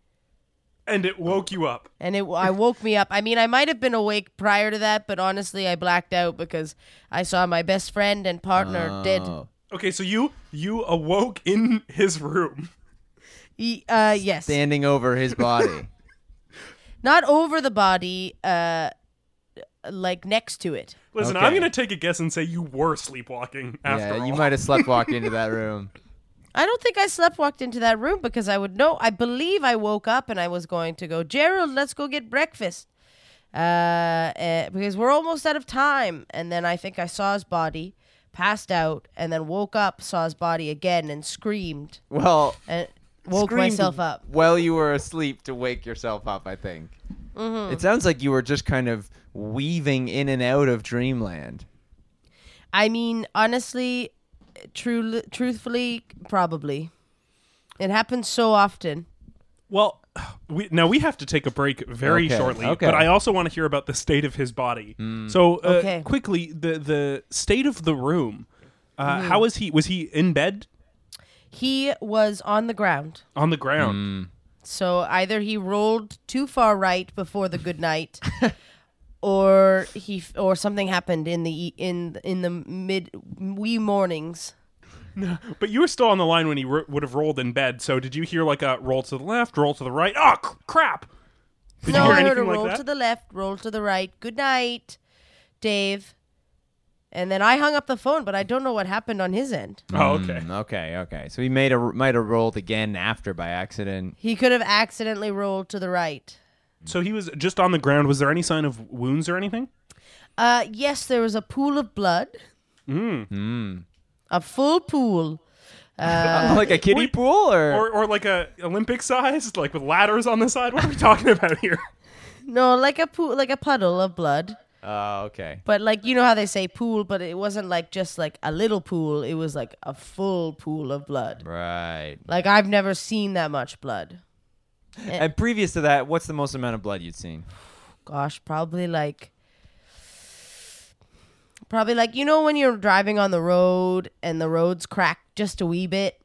Speaker 1: And it woke you up.
Speaker 3: and it I woke me up. I mean, I might have been awake prior to that, but honestly, I blacked out because I saw my best friend and partner dead.
Speaker 2: Oh,
Speaker 1: Okay, so you you awoke in his room.
Speaker 3: He, uh, yes,
Speaker 2: standing over his [laughs] body.
Speaker 3: not over the body, uh, like next to it.
Speaker 1: Listen,
Speaker 2: Okay.
Speaker 1: I'm gonna take a guess and say you were sleepwalking after
Speaker 2: yeah. You
Speaker 1: all.
Speaker 2: might have slept walked into that room.
Speaker 3: I don't think I slept walked into that room because I would know. I believe I woke up and I was going to go, Gerald, let's go get breakfast. Uh, eh, because we're almost out of time. And then I think I saw his body, passed out, and then woke up, saw his body again, and screamed
Speaker 2: [laughs] Well.
Speaker 3: and Uh, woke
Speaker 2: screamed
Speaker 3: myself up.
Speaker 2: While you were asleep to wake yourself up, I think.
Speaker 3: Mm-hmm.
Speaker 2: It sounds like you were just kind of weaving in and out of dreamland.
Speaker 3: I mean, honestly, true, truthfully, probably. It happens so often.
Speaker 1: Well, we, now we have to take a break very
Speaker 2: Okay,
Speaker 1: shortly,
Speaker 2: okay. Hmm.
Speaker 1: but I also want to hear about the state of his body. So, uh,
Speaker 3: Okay.
Speaker 1: quickly, the the state of the room. Uh, How is he? Was he in bed
Speaker 3: He was on the ground.
Speaker 1: on the ground?
Speaker 3: So either he rolled too far right before the good night, or he or something happened in the e- in in the mid wee mornings.
Speaker 1: But you were still on the line when he ro- would have rolled in bed. So, did you hear like a roll to the left, roll to the right? Oh, c- crap! Did
Speaker 3: no,
Speaker 1: you hear
Speaker 3: I heard a
Speaker 1: anything like
Speaker 3: roll
Speaker 1: that?
Speaker 3: to the left, roll to the right. Good night, Dave. And then I hung up the phone, but I don't know what happened on his end.
Speaker 1: Oh, okay.
Speaker 2: Mm, okay, okay. So he made a might have rolled again after by accident.
Speaker 3: He could have accidentally rolled to the right.
Speaker 1: So he was just on the ground. Was there any sign of wounds or anything?
Speaker 3: Uh, yes, there was a pool of blood. A full pool. Uh,
Speaker 2: [laughs] like a kiddie
Speaker 1: wait,
Speaker 2: pool, or,
Speaker 1: Or, or like a Olympic sized, like with ladders on the side? What are we talking about here? [laughs]
Speaker 3: No, like a pool, like a puddle of blood.
Speaker 2: oh, okay.
Speaker 3: But like you know how they say pool, but it wasn't like just like a little pool. It was like a full pool of blood.
Speaker 2: Right.
Speaker 3: Like I've never seen that much blood.
Speaker 2: And previous to that, what's the most amount of blood you'd seen?
Speaker 3: Gosh, probably like probably like you know when you're driving on the road and the roads crack just a wee bit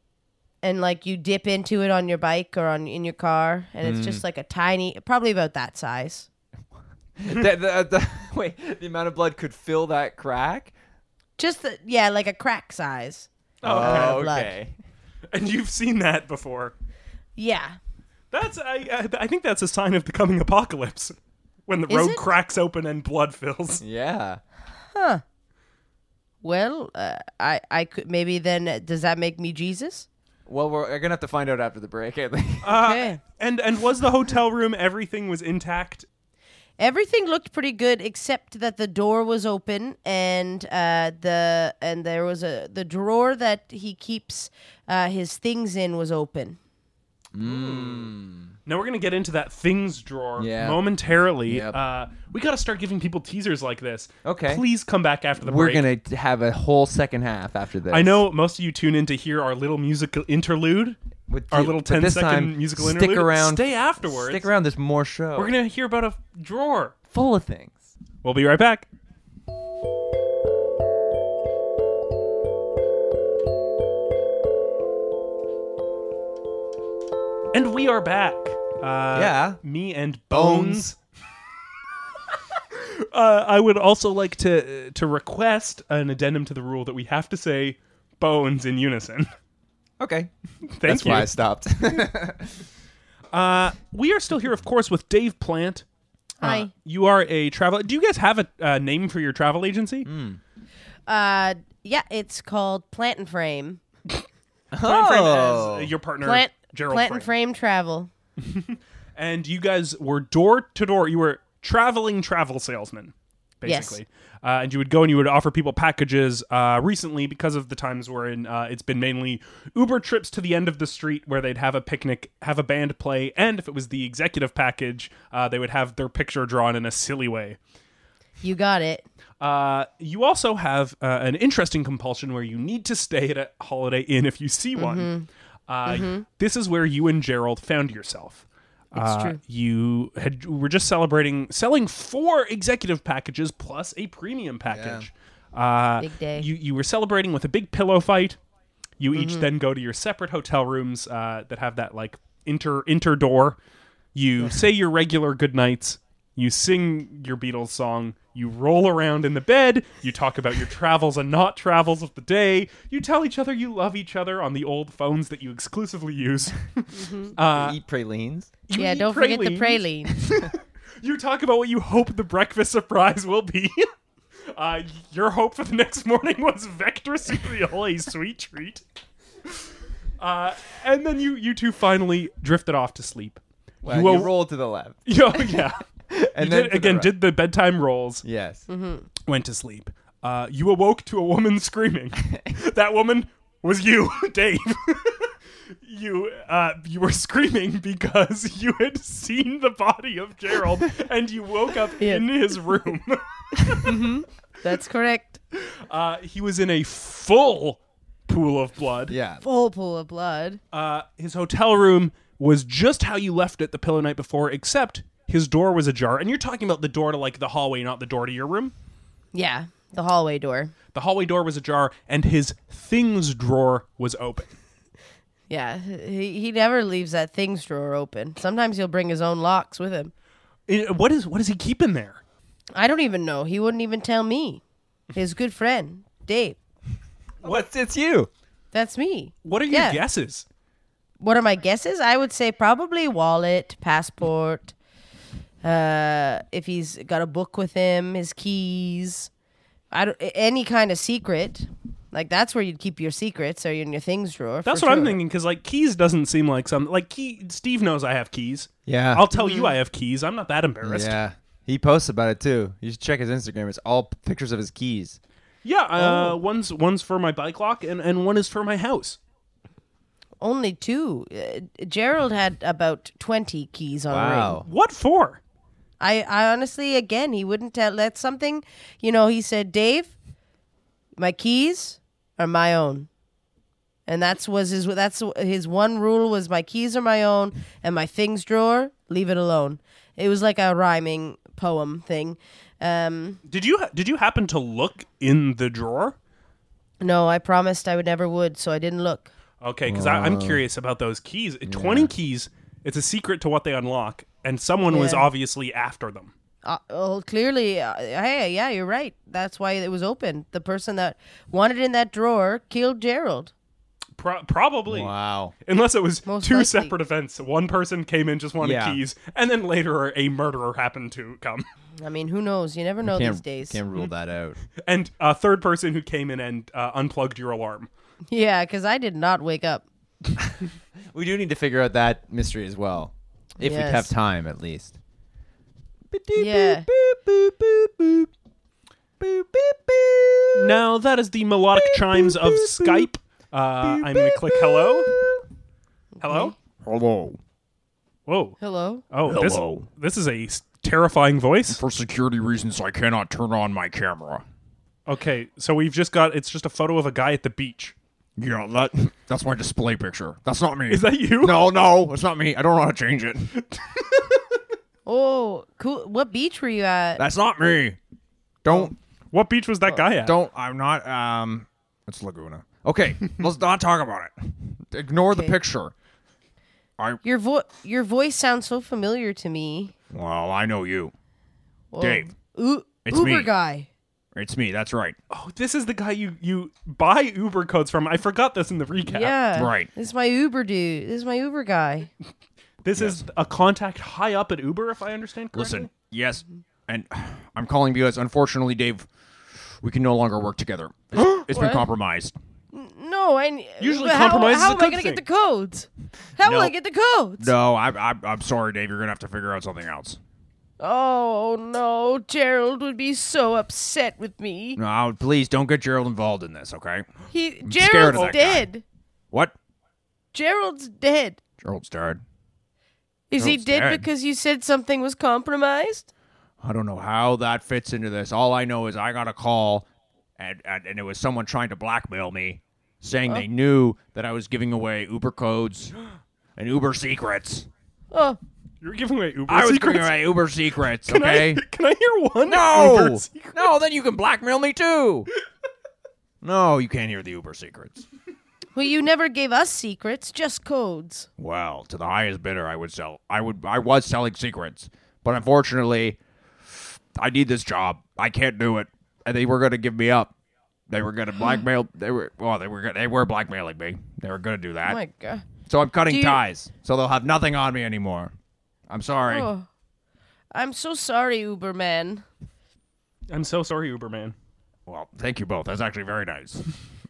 Speaker 3: and like you dip into it on your bike or on in your car and it's just like a tiny probably about that size.
Speaker 2: the, the, the, [laughs] wait, the amount of blood could fill that crack.
Speaker 3: Just the, yeah, like a crack size.
Speaker 2: Oh,
Speaker 3: blood.
Speaker 2: okay.
Speaker 1: And you've seen that before.
Speaker 3: Yeah.
Speaker 1: That's I, I I think that's a sign of the coming apocalypse when the
Speaker 3: Is
Speaker 1: road
Speaker 3: it?
Speaker 1: cracks open and blood fills.
Speaker 2: Yeah.
Speaker 3: Well, uh, I I could maybe then uh, does that make me Jesus?
Speaker 2: Well, we're, we're gonna have to find out after the break. I think.
Speaker 1: Uh,
Speaker 3: Okay.
Speaker 1: And and was the hotel room everything was intact?
Speaker 3: Everything looked pretty good except that the door was open and uh, the and there was a the drawer that he keeps uh, his things in was open.
Speaker 1: Now we're gonna get into that things drawer
Speaker 2: Yeah.
Speaker 1: momentarily.
Speaker 2: Yep.
Speaker 1: Uh, we gotta start giving people teasers like this.
Speaker 2: Okay.
Speaker 1: Please come back after the
Speaker 2: we're
Speaker 1: break.
Speaker 2: gonna t- have a whole second half after this.
Speaker 1: I know most of you tune in to hear our little musical interlude.
Speaker 2: With
Speaker 1: our
Speaker 2: you-
Speaker 1: little
Speaker 2: but
Speaker 1: 10
Speaker 2: this
Speaker 1: second
Speaker 2: time,
Speaker 1: musical
Speaker 2: stick
Speaker 1: interlude.
Speaker 2: Around,
Speaker 1: Stay afterwards.
Speaker 2: Stick around. There's more show.
Speaker 1: We're gonna hear about a drawer.
Speaker 2: full of things.
Speaker 1: We'll be right back. And we are back. Uh,
Speaker 2: Yeah.
Speaker 1: Me and Bones. [laughs] Uh, I would also like to uh, to request an addendum to the rule that we have to say Bones in unison. [laughs]
Speaker 2: Okay.
Speaker 1: Thank
Speaker 2: That's
Speaker 1: you.
Speaker 2: why I
Speaker 1: [laughs]
Speaker 2: stopped.
Speaker 1: Uh, we are still here, of course, with Dave Plant. Uh,
Speaker 3: Hi.
Speaker 1: You are a travel. Do you guys have a uh, name for your travel
Speaker 2: Mm.
Speaker 1: agency?
Speaker 3: Uh, yeah, it's called Plant and Frame.
Speaker 1: Plant Frame
Speaker 2: Oh.
Speaker 1: as, uh, your partner
Speaker 3: Plant
Speaker 1: Gerald
Speaker 3: Plant
Speaker 1: Frame.
Speaker 3: and Frame Travel.
Speaker 1: and you guys were door to door. You were traveling travel salesmen,
Speaker 3: Yes.
Speaker 1: basically. Uh, and you would go and you would offer people packages. Uh, recently, because of the times we're in, uh, it's been mainly Uber trips to the end of the street where they'd have a picnic, have a band play, and if it was the executive package, uh, they would have their picture drawn in a silly way.
Speaker 3: You got it.
Speaker 1: Uh, you also have uh, an interesting compulsion where you need to stay at a Holiday Inn if you see one. Uh, This is where you and Gerald found yourself. It's
Speaker 3: true.
Speaker 1: You had were just celebrating selling four executive packages plus a premium package. Uh,
Speaker 3: Big day.
Speaker 1: You you were celebrating with a big pillow fight. You each then go to your separate hotel rooms uh, that have that like inter inter door. You say your regular good nights. You sing your Beatles song. You roll around in the bed. You talk about your travels and not travels of the day. You tell each other you love each other on the old phones that you exclusively use. [laughs] uh,
Speaker 2: Eat pralines.
Speaker 1: You
Speaker 3: yeah,
Speaker 1: eat
Speaker 3: don't forget the
Speaker 1: pralines. [laughs]
Speaker 3: praline.
Speaker 1: You talk about what you hope the breakfast surprise will be. [laughs] Uh, your hope for the next morning was Vector cereal, a [laughs] sweet treat. Uh, and then you, you two finally drifted off to sleep. [laughs]
Speaker 2: Well,
Speaker 1: You
Speaker 2: you,
Speaker 1: will-
Speaker 2: roll to the left.
Speaker 1: Yo, yeah.
Speaker 2: And then
Speaker 1: You did-
Speaker 2: to the
Speaker 1: again,
Speaker 2: right.
Speaker 1: did the bedtime rolls,
Speaker 2: Yes.
Speaker 1: went to sleep. Uh, you awoke to a woman screaming.
Speaker 2: [laughs]
Speaker 1: that woman was you, [laughs] Dave. you uh, you were screaming because you had seen the body of Gerald, and you woke up
Speaker 3: Yeah.
Speaker 1: in his room. [laughs]
Speaker 3: That's correct.
Speaker 1: Uh, he was in a full pool of blood.
Speaker 2: Yeah.
Speaker 3: Full pool of blood.
Speaker 1: Uh, his hotel room was just how you left it the pillow night before, except his door was ajar. And you're talking about the door to like the hallway, not the door to your room.
Speaker 3: Yeah, the hallway door.
Speaker 1: The hallway door was ajar, and his things drawer was open.
Speaker 3: Yeah, he, he never leaves that things drawer open. Sometimes he'll bring his own locks with him.
Speaker 1: Eh, what is what does he keep in there?
Speaker 3: I don't even know. He wouldn't even tell me. His good friend, Dave.
Speaker 2: What's it's you?
Speaker 3: That's me.
Speaker 1: What are your
Speaker 3: Yeah.
Speaker 1: guesses?
Speaker 3: What are my guesses? I would say probably wallet, passport. Uh, if he's got a book with him, his keys, I don't, any kind of secret. Like that's where you'd keep your secrets or in your things drawer.
Speaker 1: That's
Speaker 3: for
Speaker 1: what I'm
Speaker 3: sure.
Speaker 1: thinking because like keys doesn't seem like something like key. Steve knows I have keys.
Speaker 2: Yeah.
Speaker 1: I'll tell you I have keys. I'm not that embarrassed.
Speaker 2: Yeah. He posts about it too. You should check his Instagram. It's all p- pictures of his keys.
Speaker 1: Yeah, uh, one's one's for my bike lock and, and one is for my house.
Speaker 3: Only two. Uh, Gerald had about twenty keys on ring.
Speaker 2: Wow.
Speaker 1: What for?
Speaker 3: I, I honestly, again, he wouldn't tell. That's something, you know. He said, "Dave, my keys are my own," and that's was his. That's his one rule was my keys are my own, and my things drawer, leave it alone. It was like a rhyming poem thing. Um,
Speaker 1: Did you did you happen to look in the drawer?
Speaker 3: no, I promised I would never would, so I didn't look.
Speaker 1: Okay, because
Speaker 2: Uh,
Speaker 1: I'm curious about those keys. Twenty keys. It's a secret to what they unlock, and someone was
Speaker 3: Yeah.
Speaker 1: obviously after them.
Speaker 3: Uh, well, clearly, uh, hey, yeah, you're right. That's why it was open. The person that wanted in that drawer killed Gerald.
Speaker 1: Pro- probably,
Speaker 2: Wow.
Speaker 1: unless it was
Speaker 3: Most
Speaker 1: two
Speaker 3: likely.
Speaker 1: separate events. One person came in just wanted
Speaker 2: Yeah.
Speaker 1: keys, and then later a murderer happened to come.
Speaker 3: I mean, who knows? You never know
Speaker 2: Can't,
Speaker 3: these days.
Speaker 2: can't rule that out.
Speaker 1: And a third person who came in and uh, unplugged your alarm.
Speaker 3: Yeah, because I did not wake up.
Speaker 2: [laughs] We do need to figure out that mystery as well, if we
Speaker 3: Yes.
Speaker 2: have time at least.
Speaker 3: Yeah.
Speaker 1: Now that is the melodic chimes of Skype. Uh, I'm gonna click hello. Hello.
Speaker 2: Hello.
Speaker 1: Whoa.
Speaker 3: Hello.
Speaker 1: Oh,
Speaker 2: Hello.
Speaker 1: this this is a s- terrifying voice.
Speaker 4: For security reasons, I cannot turn on my camera.
Speaker 1: Okay, so we've just got it's just a photo of a guy at the beach.
Speaker 4: Yeah, that that's my display picture. That's not me.
Speaker 1: Is that you?
Speaker 4: No, no, it's not me. I don't know how to change it. [laughs]
Speaker 3: Oh, cool. What beach were you at?
Speaker 4: That's not me. Don't
Speaker 1: What beach was that guy at?
Speaker 4: Uh, don't I'm not um it's Laguna.
Speaker 1: [laughs]
Speaker 4: Okay, let's not talk about it. Ignore the
Speaker 3: Okay.
Speaker 4: picture. I
Speaker 3: your vo- your voice sounds so familiar to me.
Speaker 4: well, I know you.
Speaker 3: Whoa.
Speaker 4: Dave.
Speaker 3: U-
Speaker 4: It's
Speaker 3: Uber
Speaker 4: me.
Speaker 3: guy.
Speaker 4: It's me, that's right.
Speaker 1: Oh, this is the guy you you buy Uber codes from. I forgot this in the recap.
Speaker 3: Yeah.
Speaker 4: Uh, Right.
Speaker 3: This is my Uber dude. This is my Uber guy.
Speaker 1: This is a contact high up at Uber, if I understand correctly.
Speaker 4: Listen, yes, and I'm calling because unfortunately, Dave, we can no longer work together. It's, it's been
Speaker 3: What?
Speaker 4: compromised.
Speaker 3: No, I
Speaker 1: Usually
Speaker 3: but how-
Speaker 1: compromise is
Speaker 3: How,
Speaker 1: a
Speaker 3: am I
Speaker 1: good
Speaker 3: gonna
Speaker 1: thing.
Speaker 3: get the codes? How will
Speaker 4: No.
Speaker 3: I get the codes?
Speaker 4: No, I, I, I'm sorry, Dave. You're gonna have to figure out something else.
Speaker 3: Oh no, Gerald would be so upset with me.
Speaker 4: No, please don't get Gerald involved in this. Okay?
Speaker 3: He
Speaker 4: scared of
Speaker 3: Gerald's
Speaker 4: that guy.
Speaker 3: dead.
Speaker 4: What?
Speaker 3: Gerald's dead.
Speaker 4: Gerald's dead.
Speaker 3: Is he
Speaker 4: Gerald's
Speaker 3: dead,
Speaker 4: dead.
Speaker 3: because you said something was compromised?
Speaker 4: I don't know how that fits into this. All I know is I got a call, and and, and it was someone trying to blackmail me, saying they knew that I was giving away Uber codes and Uber secrets.
Speaker 3: Oh,
Speaker 1: You're giving away Uber
Speaker 4: I was
Speaker 1: secrets.
Speaker 4: giving away Uber secrets.
Speaker 1: Can I-
Speaker 4: Okay.
Speaker 1: [laughs] Can I, hear one? Uber
Speaker 4: No,
Speaker 1: secret?
Speaker 4: no, then you can blackmail
Speaker 1: [laughs]
Speaker 4: me too. no, you can't hear the Uber secrets.
Speaker 3: well, you never gave us secrets, just codes.
Speaker 4: Well, to the highest bidder, I would sell. I would. I was selling secrets, but unfortunately, I need this job. I can't do it. And they were going to give me up. They were going
Speaker 3: [gasps]
Speaker 4: to blackmail. They were. Well, they were. gonna- They were blackmailing me. They were going to do that.
Speaker 3: Oh my god.
Speaker 4: so I'm cutting
Speaker 3: Do you-
Speaker 4: ties. So they'll have nothing on me anymore. I'm sorry.
Speaker 3: Oh, I'm so sorry, Uber man.
Speaker 1: I'm so sorry, Uberman.
Speaker 4: Well, thank you both. That's actually
Speaker 3: [laughs]
Speaker 4: very nice.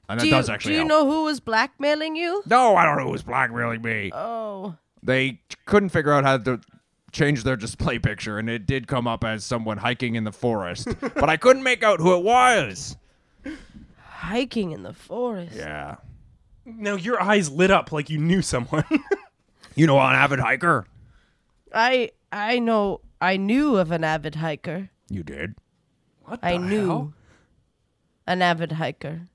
Speaker 4: And that
Speaker 3: Do you,
Speaker 4: does
Speaker 3: do
Speaker 4: actually
Speaker 3: you
Speaker 4: help.
Speaker 3: know who was blackmailing you?
Speaker 4: no, I don't know who's blackmailing me.
Speaker 3: Oh,
Speaker 4: they couldn't figure out how to change their display picture and it did come up as someone hiking in the [laughs] forest but i couldn't make out who it was
Speaker 3: hiking in the forest.
Speaker 4: yeah
Speaker 1: Now your eyes lit up like you knew someone. [laughs]
Speaker 4: you know an avid hiker
Speaker 3: I I know I knew of an avid hiker.
Speaker 4: you did
Speaker 1: what
Speaker 3: I
Speaker 1: the
Speaker 3: knew
Speaker 1: hell?
Speaker 3: an avid hiker.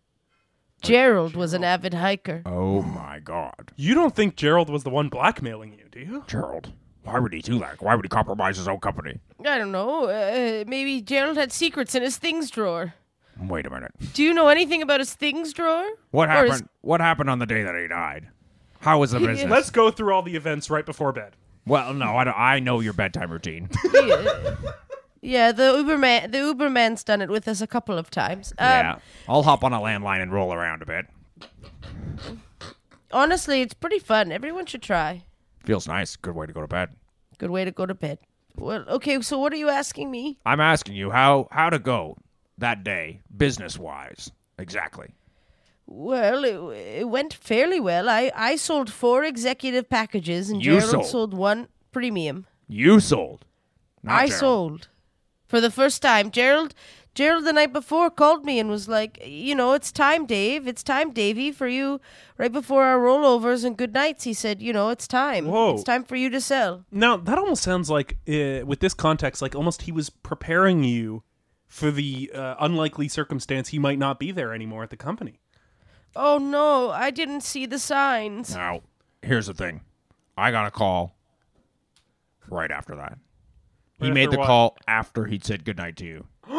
Speaker 3: Gerald was an avid hiker.
Speaker 4: oh my god
Speaker 1: You don't think Gerald was the one blackmailing you, do you?
Speaker 4: gerald why would he do that why would he compromise his own company
Speaker 3: I don't know. Uh, maybe Gerald had secrets in his things drawer.
Speaker 4: wait a minute
Speaker 3: Do you know anything about his things drawer?
Speaker 4: what
Speaker 3: Or
Speaker 4: happened
Speaker 3: his-
Speaker 4: what happened on the day that he died how was the business
Speaker 1: Let's go through all the events right before bed.
Speaker 4: well no I, don't- I know your bedtime routine
Speaker 3: yeah, the Uberman, the Uberman's done it with us a couple of times. Um,
Speaker 4: yeah i'll hop on a landline and roll around a bit
Speaker 3: Honestly, it's pretty fun. Everyone should try.
Speaker 4: feels nice good way to go to bed
Speaker 3: Good way to go to bed. Well, okay, so what are you asking me?
Speaker 4: I'm asking you how how to go that day business wise. Exactly.
Speaker 3: Well, it, it went fairly well. I, I sold four executive packages and
Speaker 4: You
Speaker 3: Gerald
Speaker 4: sold.
Speaker 3: sold. one premium.
Speaker 4: You sold. Not
Speaker 3: I
Speaker 4: Gerald.
Speaker 3: sold for the first time. Gerald Gerald the night before called me and was like, you know, it's time, Dave. It's time, Davey, for you. Right before our rollovers and good nights, he said, you know, it's time.
Speaker 1: Whoa.
Speaker 3: It's time for you to sell.
Speaker 1: Now that almost sounds like, uh, with this context, like almost he was preparing you for the uh, unlikely circumstance he might not be there anymore at the company.
Speaker 3: Oh no, I didn't see the signs.
Speaker 4: Now, here's the thing. I got a call right after that. He
Speaker 1: Right
Speaker 4: made
Speaker 1: after
Speaker 4: the
Speaker 1: what?
Speaker 4: call after he'd said goodnight to you.
Speaker 1: [gasps]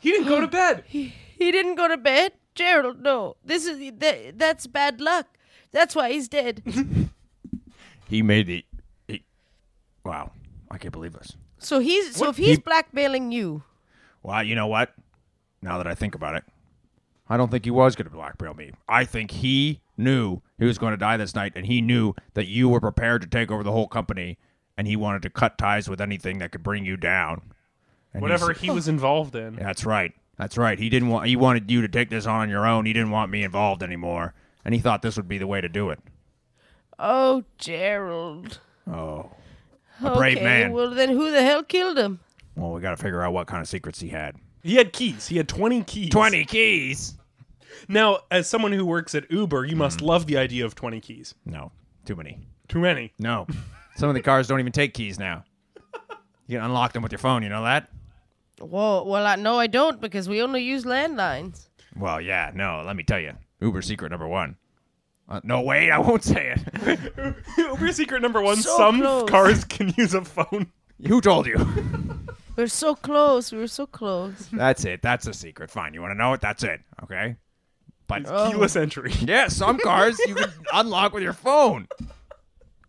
Speaker 1: He didn't go to bed.
Speaker 3: He didn't go to bed. Gerald, no. This is th- that's bad luck. That's why he's dead.
Speaker 4: He made the he, Wow. I can't believe this.
Speaker 3: So he's so if
Speaker 4: He-
Speaker 3: he's blackmailing you,
Speaker 4: Well, you know what? Now that I think about it, I don't think he was going to blackmail me. I think he knew he was going to die this night, and he knew that you were prepared to take over the whole company, and he wanted to cut ties with anything that could bring you down. And
Speaker 1: Whatever
Speaker 4: he's-
Speaker 1: he was involved in.
Speaker 4: That's right. That's right. He didn't want. He wanted you to take this on on your own. He didn't want me involved anymore, and he thought this would be the way to do it.
Speaker 3: Oh, Gerald.
Speaker 4: Oh. A brave
Speaker 3: okay,
Speaker 4: man.
Speaker 3: Well, then who the hell killed him?
Speaker 4: Well, we got to figure out what kind of secrets he had.
Speaker 1: He had keys. He had 20 keys.
Speaker 4: keys.
Speaker 1: Now, as someone who works at Uber, you must love the idea of 20 keys.
Speaker 4: No, too many.
Speaker 1: Too many.
Speaker 4: No, [laughs] some of the cars don't even take keys now. You can unlock them with your phone. You know that?
Speaker 3: Whoa. Well, I, no, I don't because we only use landlines.
Speaker 4: Well, yeah. No, let me tell you. Uber secret number one. Uh, no, wait. I won't say it.
Speaker 1: [laughs]
Speaker 4: [laughs]
Speaker 1: Uber secret number one
Speaker 3: So
Speaker 1: some
Speaker 3: close.
Speaker 1: cars can use a [laughs] phone.
Speaker 4: Who told you? [laughs]
Speaker 3: We're so close. We were so close.
Speaker 4: That's it. That's a secret. Fine. You want to know it? That's it. Okay.
Speaker 1: [laughs]
Speaker 4: But
Speaker 1: Keyless entry.
Speaker 4: yeah, some cars you can unlock with your phone.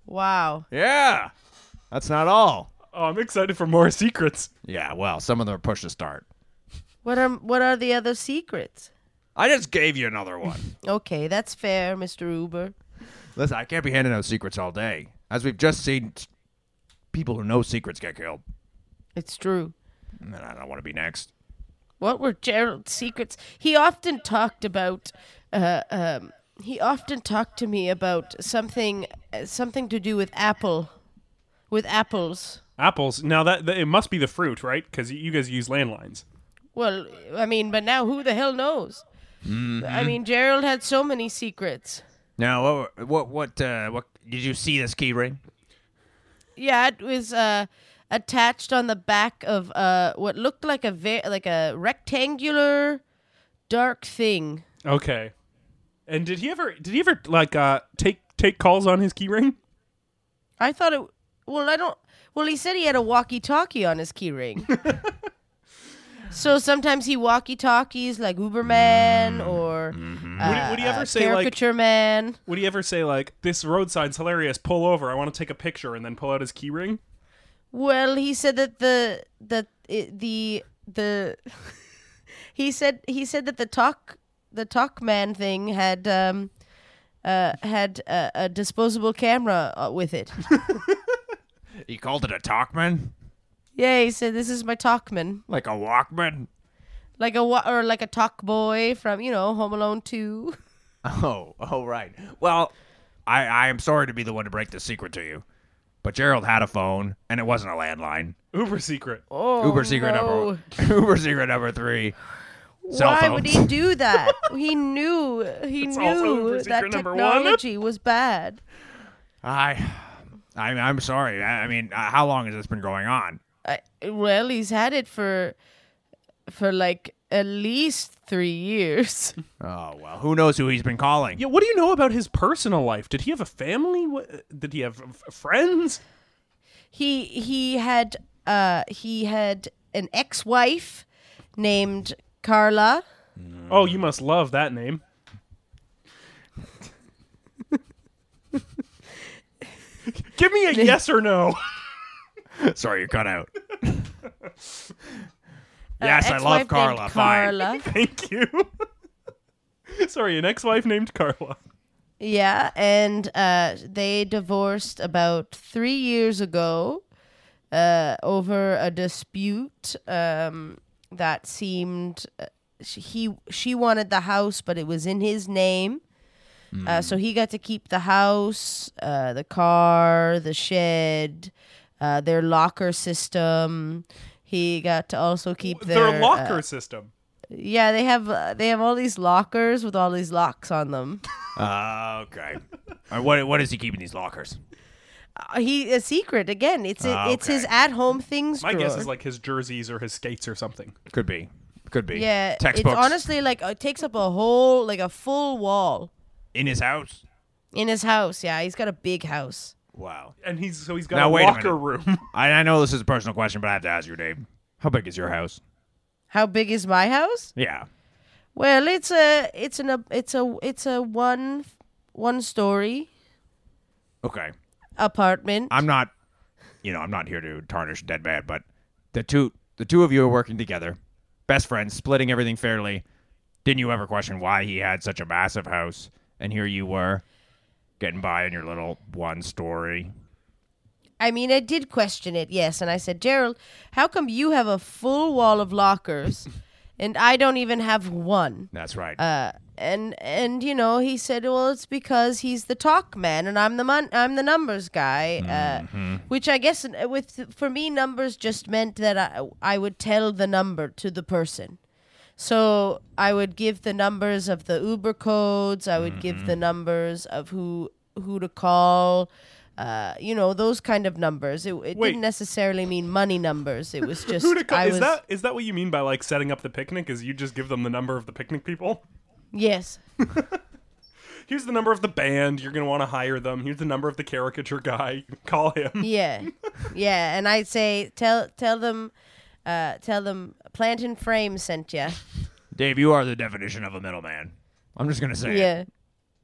Speaker 3: Wow.
Speaker 4: Yeah. That's not all.
Speaker 1: Oh, I'm excited for more secrets.
Speaker 4: Yeah, well, some of them are push to start.
Speaker 3: What are what are the other secrets?
Speaker 4: I just gave you another one.
Speaker 3: Okay, that's fair, Mr. Uber.
Speaker 4: Listen, I can't be handing out secrets all day. As we've just seen, t- people who know secrets get killed.
Speaker 3: It's true.
Speaker 4: And I don't want to be next.
Speaker 3: What were Gerald's secrets? He often talked about. Uh, um, he often talked to me about something, uh, something to do with apple, with apples.
Speaker 1: Apples. Now, that, that- it must be the fruit, right? Because you guys use landlines.
Speaker 3: Well, I mean, but now who the hell knows? I mean, Gerald had so many secrets.
Speaker 4: Now, what, what, what, uh, what, did you see this key ring?
Speaker 3: Yeah, it was uh, attached on the back of uh, what looked like a ve- like a rectangular, dark thing.
Speaker 1: Okay. And did he ever, did he ever, like, uh, take take calls on his key ring?
Speaker 3: I thought it. Well, I don't. Well, he said he had a walkie-talkie on
Speaker 1: [laughs]
Speaker 3: his keyring. so sometimes he walkie-talkies like Uberman or uh,
Speaker 1: Would he- would he ever
Speaker 3: uh,
Speaker 1: Mm-hmm. say, like-
Speaker 3: caricature man?
Speaker 1: Would he ever say, like, this road sign's hilarious, pull over, I want to take a picture, and then pull out his key ring?
Speaker 3: Well, he said that the that it, the the [laughs] he said he said that the talk the talk man thing had um uh had a, a disposable camera uh,
Speaker 1: [laughs]
Speaker 3: with it.
Speaker 4: He called it a Talkman?
Speaker 3: yeah, he said this is my talkman,
Speaker 4: Like a Walkman? [laughs]
Speaker 3: like a wa- or like a talk boy from you know Home Alone two.
Speaker 4: Oh, oh, right. Well, I, I am sorry to be the one to break the secret to you, but Gerald had a phone, and it wasn't a landline.
Speaker 1: Uber secret.
Speaker 3: Oh,
Speaker 4: Uber secret
Speaker 3: no.
Speaker 4: number [laughs] Uber secret number three. Cell
Speaker 3: Why
Speaker 4: phones.
Speaker 3: would he do that? he knew he
Speaker 1: It's also
Speaker 3: knew
Speaker 1: Uber
Speaker 3: that
Speaker 1: secret number one.
Speaker 3: technology was bad.
Speaker 4: I, I I'm sorry. I, I mean, uh, how long has this been going on?
Speaker 3: I, well, he's had it for for like at least three
Speaker 4: [laughs]
Speaker 3: years.
Speaker 4: Oh well, who knows who he's been calling?
Speaker 1: Yeah, what do you know about his personal life? Did he have a family? What, did he have f- friends?
Speaker 3: he he had uh he had an ex-wife named Carla. Uh,
Speaker 1: Oh, you must love that name. [laughs] Give
Speaker 3: [laughs]
Speaker 1: me a yes or no. [laughs]
Speaker 4: sorry, you're cut out. yes, I love
Speaker 3: Uh, ex-wife named
Speaker 4: Carla. Fine.
Speaker 3: Carla.
Speaker 1: Thank you. [laughs] Sorry, an ex-wife named Carla.
Speaker 3: Yeah, and uh, they divorced about three years ago uh, over a dispute um, that seemed uh, she, he she wanted the house, but it was in his name, uh, so he got to keep the house, uh, the car, the shed, uh, their locker system. He got to also keep their, uh,
Speaker 1: Their, locker system.
Speaker 3: yeah, they have uh, they have all these lockers with all these locks on them.
Speaker 4: Ah, okay. [laughs] Uh, what what is he keeping these lockers?
Speaker 3: he a secret again. It's a,
Speaker 4: Ah,
Speaker 3: it's his
Speaker 4: okay.
Speaker 3: at home things.
Speaker 1: My
Speaker 3: drawer.
Speaker 1: guess is like his jerseys or his skates or something.
Speaker 4: Could be. Could be.
Speaker 3: yeah.
Speaker 4: Textbooks
Speaker 3: It's honestly like it takes up a whole like a full wall
Speaker 4: in his house.
Speaker 3: in his house. Yeah, he's got a big house.
Speaker 4: Wow.
Speaker 1: And he's so he's got a
Speaker 4: Now, wait a
Speaker 1: locker
Speaker 3: [laughs]
Speaker 4: minute.
Speaker 1: room.
Speaker 4: I, I know this is a personal question, but I have to ask you, Dave. How big is your house?
Speaker 3: How big is my house?
Speaker 4: Yeah.
Speaker 3: Well, it's a it's an a, it's a it's a one one story
Speaker 4: Okay.
Speaker 3: apartment.
Speaker 4: I'm not, you know, I'm not here to tarnish a dead man, but the two, the two of you are working together, best friends, splitting everything fairly. Didn't you ever question why he had such a massive house, and here you were, getting by in your little one story?
Speaker 3: I mean, I did question it, yes. And I said, Gerald, how come you have a full wall
Speaker 1: [laughs]
Speaker 3: of lockers and I don't even have one?
Speaker 4: That's right.
Speaker 3: Uh, and and you know he said well it's because he's the talk man and I'm the mon- I'm the numbers guy uh,
Speaker 1: Mm-hmm.
Speaker 3: which I guess uh, with for me numbers just meant that I I would tell the number to the person so I would give the numbers of the Uber codes I would give
Speaker 1: Mm-hmm.
Speaker 3: the numbers of who who to call uh, you know those kind of numbers it, it
Speaker 1: Wait.
Speaker 3: didn't necessarily mean money numbers it was
Speaker 1: [laughs]
Speaker 3: just
Speaker 1: Who to call?
Speaker 3: I
Speaker 1: Is
Speaker 3: was
Speaker 1: that is that what you mean by like setting up the picnic? Is you just give them the number of the picnic people?
Speaker 3: yes
Speaker 1: Here's the number of the band. You're gonna want to hire them. Here's the number of the caricature guy. [laughs] Call him.
Speaker 3: Yeah, yeah, and I'd say tell tell them, uh, tell them plant and frame sent you.
Speaker 4: Dave, you are the definition of a middleman. I'm just gonna say it.
Speaker 3: Yeah,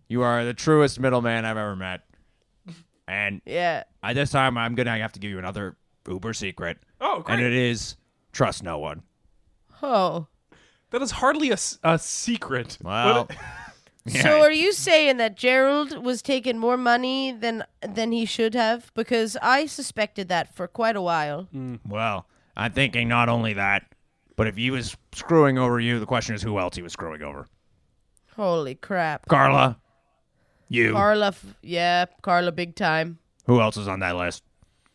Speaker 4: You are the truest middleman I've ever met. And
Speaker 3: yeah,
Speaker 4: I, this time I'm gonna have to give you another uber secret.
Speaker 1: Oh, great.
Speaker 4: And it is trust no one.
Speaker 3: oh.
Speaker 1: That is hardly a, s- a secret.
Speaker 4: Well, [laughs]
Speaker 1: What-
Speaker 3: So are you saying that Gerald was taking more money than than he should have? Because I suspected that for quite a while.
Speaker 4: Mm. well, I'm thinking not only that, but if he was screwing over you, the question is who else he was screwing over.
Speaker 3: Holy crap,
Speaker 4: Carla, you.
Speaker 3: Carla! F- yeah, Carla, big time.
Speaker 4: who else is on that list?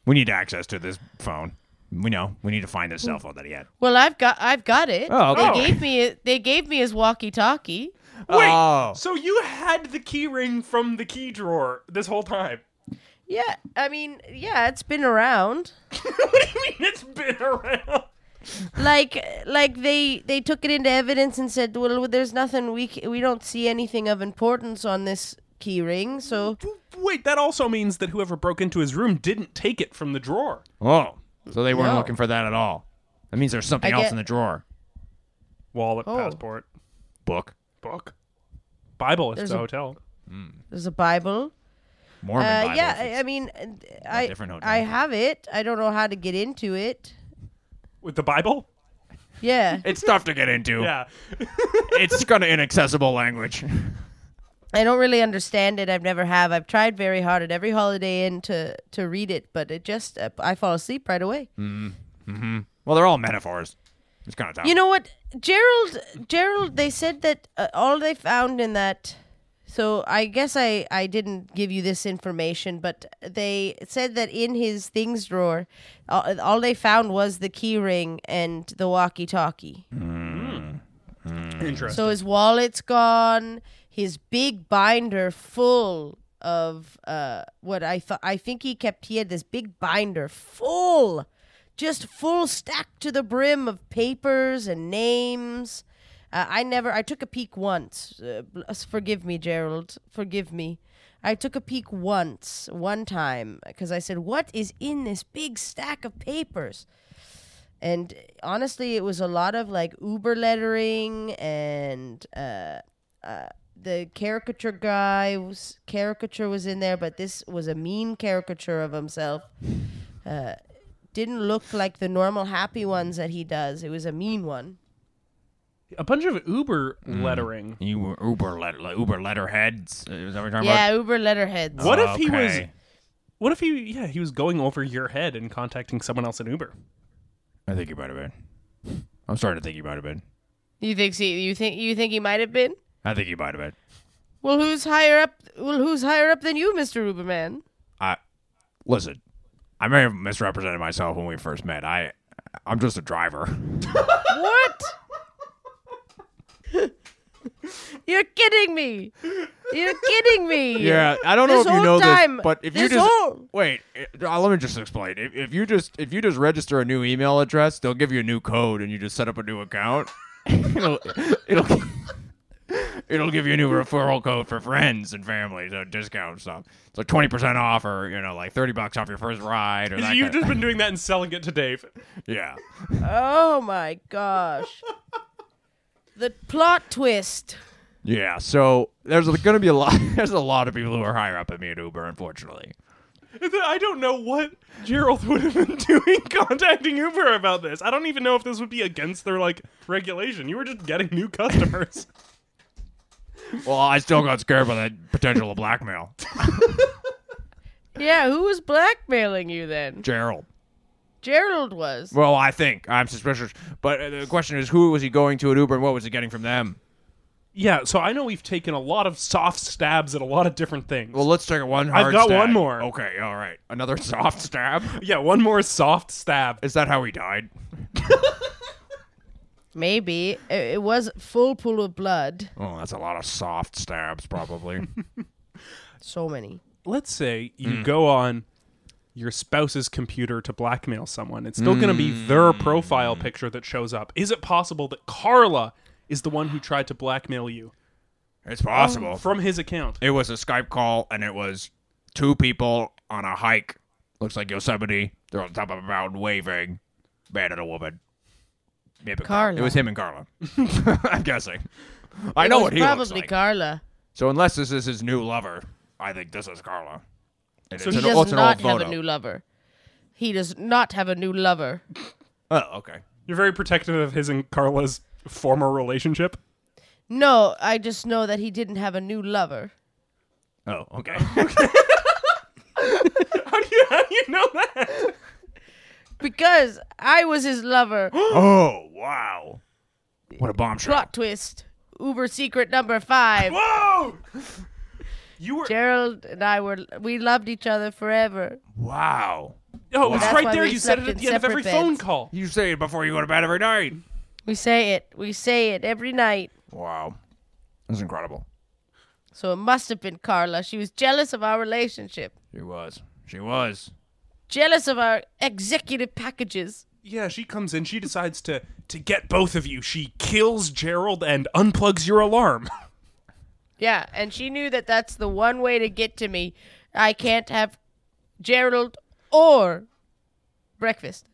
Speaker 4: We need access to this phone. We know we need to find this cell phone that he had.
Speaker 3: Well, I've got I've got it.
Speaker 4: Oh,
Speaker 3: they
Speaker 4: okay.
Speaker 3: gave me they gave me his walkie-talkie.
Speaker 1: Wait.
Speaker 4: Oh.
Speaker 1: So you had the key ring from the key drawer this whole time. [laughs]
Speaker 3: Yeah, I mean, yeah, it's been around.
Speaker 1: what do you mean it's been around?
Speaker 3: like like they they took it into evidence and said well there's nothing we c- we don't see anything of importance on this key ring so
Speaker 1: Wait, that also means that whoever broke into his room didn't take it from the drawer.
Speaker 4: Oh, so they weren't
Speaker 3: No.
Speaker 4: looking for that at all. That means there's something
Speaker 3: I
Speaker 4: else
Speaker 3: get-
Speaker 4: in the drawer.
Speaker 1: Wallet,
Speaker 3: Oh.
Speaker 1: passport,
Speaker 4: Book,
Speaker 1: book, Bible. It's
Speaker 3: There's
Speaker 1: the
Speaker 3: a-
Speaker 1: hotel.
Speaker 3: there's a bible
Speaker 4: Mormon
Speaker 3: uh,
Speaker 4: Bible.
Speaker 3: yeah
Speaker 4: if
Speaker 3: I,
Speaker 4: it's-
Speaker 3: I mean i
Speaker 4: different hotel.
Speaker 3: i have it i don't know how to get into it
Speaker 1: With the Bible?
Speaker 3: yeah
Speaker 4: it's tough to get into.
Speaker 1: Yeah.
Speaker 4: [laughs] It's kind of inaccessible language.
Speaker 3: i don't really understand it i've never have i've tried very hard at every holiday inn to to read it but it just uh, i fall asleep right away
Speaker 4: [laughs] Well, they're all metaphors. It's kind of tough.
Speaker 3: You know what, Gerald? Gerald, they said that uh, all they found in that. So I guess I I didn't give you this information, but they said that in his things drawer, all, all they found was the key ring and the walkie-talkie.
Speaker 1: Interesting.
Speaker 3: So his wallet's gone. His big binder full of uh, what I thought. I think he kept. He had this big binder full, just full stacked to the brim of papers and names. Uh, I never. I took a peek once. Uh, bl- forgive me, Gerald. Forgive me. I took a peek once, one time, because I said, "What is in this big stack of papers?" and honestly it was a lot of like uber lettering and uh, uh, the caricature guy was caricature was in there but this was a mean caricature of himself uh, didn't look like the normal happy ones that he does it was a mean one
Speaker 1: a bunch of Uber lettering.
Speaker 4: you were Uber let, Uber letterheads. Is that what you're talking
Speaker 3: yeah uber letterheads
Speaker 1: What if he was?
Speaker 4: Okay.
Speaker 1: What if he? Yeah, he was going over your head and contacting someone else in Uber.
Speaker 4: about? I think you might have been. I'm starting to think you might have been.
Speaker 3: you think see you think you think he might have been
Speaker 4: I think you might have been.
Speaker 3: well who's higher up well who's higher up than you mr uberman
Speaker 4: I listen. I may have misrepresented myself when we first met. I I'm just a driver. [laughs]
Speaker 3: What? You're kidding me. You're kidding me.
Speaker 4: Yeah, I don't
Speaker 3: This
Speaker 4: know if you
Speaker 3: whole
Speaker 4: know
Speaker 3: time,
Speaker 4: this, but if you
Speaker 3: this
Speaker 4: just
Speaker 3: whole-
Speaker 4: wait, uh, let me just explain. If, if you just if you just register a new email address, they'll give you a new code, and you just set up a new account. [laughs] it'll, it'll [laughs] it'll give you a new referral code for friends and family, so discount and stuff. It's like twenty percent off, or you know, like thirty bucks off your first ride, or that
Speaker 1: You've
Speaker 4: kind of-
Speaker 1: just been doing that and selling it to Dave.
Speaker 4: yeah.
Speaker 3: Oh my gosh. The plot twist.
Speaker 4: Yeah, so there's going to be a lot. [laughs] There's a lot of people who are higher up at me at Uber, unfortunately.
Speaker 1: I don't know what Gerald would have been [laughs] doing contacting Uber about this. I don't even know if this would be against their like regulation. You were just getting new customers.
Speaker 4: Well, I still got scared by that potential of blackmail.
Speaker 3: Yeah, who was blackmailing you then?
Speaker 4: Gerald.
Speaker 3: Gerald was.
Speaker 4: Well, I think I'm suspicious, but uh, the question is, who was he going to at Uber, and what was he getting from them?
Speaker 1: [laughs] Yeah, so I know we've taken a lot of soft stabs at a lot of different things.
Speaker 4: Well, let's take a one.
Speaker 1: I've
Speaker 4: hard
Speaker 1: got
Speaker 4: stab.
Speaker 1: one more.
Speaker 4: Okay, all right. Another [laughs] soft stab.
Speaker 1: yeah, one more soft stab.
Speaker 4: Is that how he died?
Speaker 3: Maybe it, it was full pool of blood.
Speaker 4: Oh, that's a lot of soft stabs, [laughs] probably.
Speaker 3: So many.
Speaker 1: Let's say you go on your spouse's computer to blackmail someone. It's still going to be their profile picture that shows up. Is it possible that Carla is the one who tried to blackmail you
Speaker 4: it's possible.
Speaker 1: from his account?
Speaker 4: It was a Skype call, and it was two people on a hike. Looks like Yosemite. They're on top of a mountain waving. Man and a woman. Maybe
Speaker 3: Carla.
Speaker 4: It was him and Carla. [laughs] I'm guessing. I know
Speaker 3: It was
Speaker 4: what he
Speaker 3: probably
Speaker 4: looks like.
Speaker 3: Carla.
Speaker 4: so unless this is his new lover, I think this is Carla. And
Speaker 1: So
Speaker 4: it's
Speaker 1: he
Speaker 3: He
Speaker 4: an,
Speaker 1: does
Speaker 4: oh, it's
Speaker 3: does
Speaker 4: an
Speaker 3: not have
Speaker 4: old
Speaker 3: a
Speaker 4: photo.
Speaker 3: new lover. He does not have a new lover.
Speaker 4: oh, okay.
Speaker 1: You're very protective of his and Carla's former relationship. [laughs]
Speaker 3: No, I just know that he didn't have a new lover.
Speaker 4: Oh,
Speaker 3: [laughs]
Speaker 4: okay.
Speaker 1: How do you, how do you know that?
Speaker 3: Because I was his lover.
Speaker 4: [laughs] oh, wow. What a bombshell.
Speaker 3: Plot twist. Uber secret number five.
Speaker 1: Whoa! You were
Speaker 3: Gerald and I were we loved each other forever.
Speaker 4: Wow.
Speaker 1: Oh, it's
Speaker 3: That's
Speaker 1: right
Speaker 3: why
Speaker 1: there.
Speaker 3: we
Speaker 1: You said it
Speaker 3: slept
Speaker 1: at
Speaker 3: in
Speaker 1: the end of
Speaker 3: separate
Speaker 1: every phone
Speaker 3: beds.
Speaker 1: call.
Speaker 4: You say it before you go to bed every night.
Speaker 3: We say it. We say it every night.
Speaker 4: Wow. That's incredible.
Speaker 3: So it must have been Carla. She was jealous of our relationship.
Speaker 4: She was. She was.
Speaker 3: Jealous of our executive packages.
Speaker 1: Yeah, she comes in. She decides to to get both of you. She kills Gerald and unplugs your alarm. [laughs]
Speaker 3: Yeah, and she knew that that's the one way to get to me. I can't have Gerald or breakfast.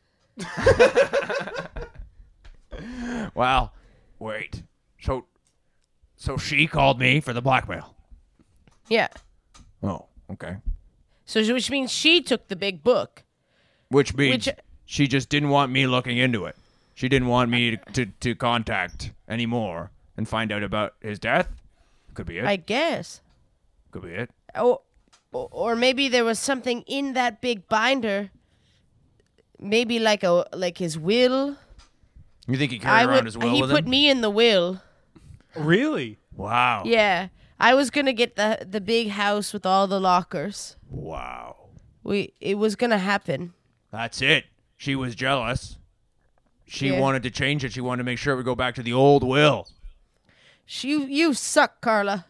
Speaker 4: Wow. Wait. So so she called me for the blackmail.
Speaker 3: Yeah.
Speaker 4: Oh, okay.
Speaker 3: So she- which means she took the big book.
Speaker 4: Which means
Speaker 3: Which-
Speaker 4: she just didn't want me looking into it. She didn't want me to, to, to contact anymore and find out about his death. Could be it.
Speaker 3: I guess.
Speaker 4: Could be it.
Speaker 3: Oh, or or maybe there was something in that big binder. Maybe like a like his will.
Speaker 4: You think he carried
Speaker 3: I
Speaker 4: around
Speaker 3: would.
Speaker 4: his will
Speaker 3: he
Speaker 4: with
Speaker 3: put
Speaker 4: him?
Speaker 3: me in the will.
Speaker 1: Really?
Speaker 4: wow.
Speaker 3: Yeah, I was gonna get the the big house with all the lockers.
Speaker 4: Wow.
Speaker 3: We it was gonna happen.
Speaker 4: That's it. She was jealous. She
Speaker 3: Yeah.
Speaker 4: wanted to change it. She wanted to make sure it would go back to the old will.
Speaker 3: She you suck, Carla.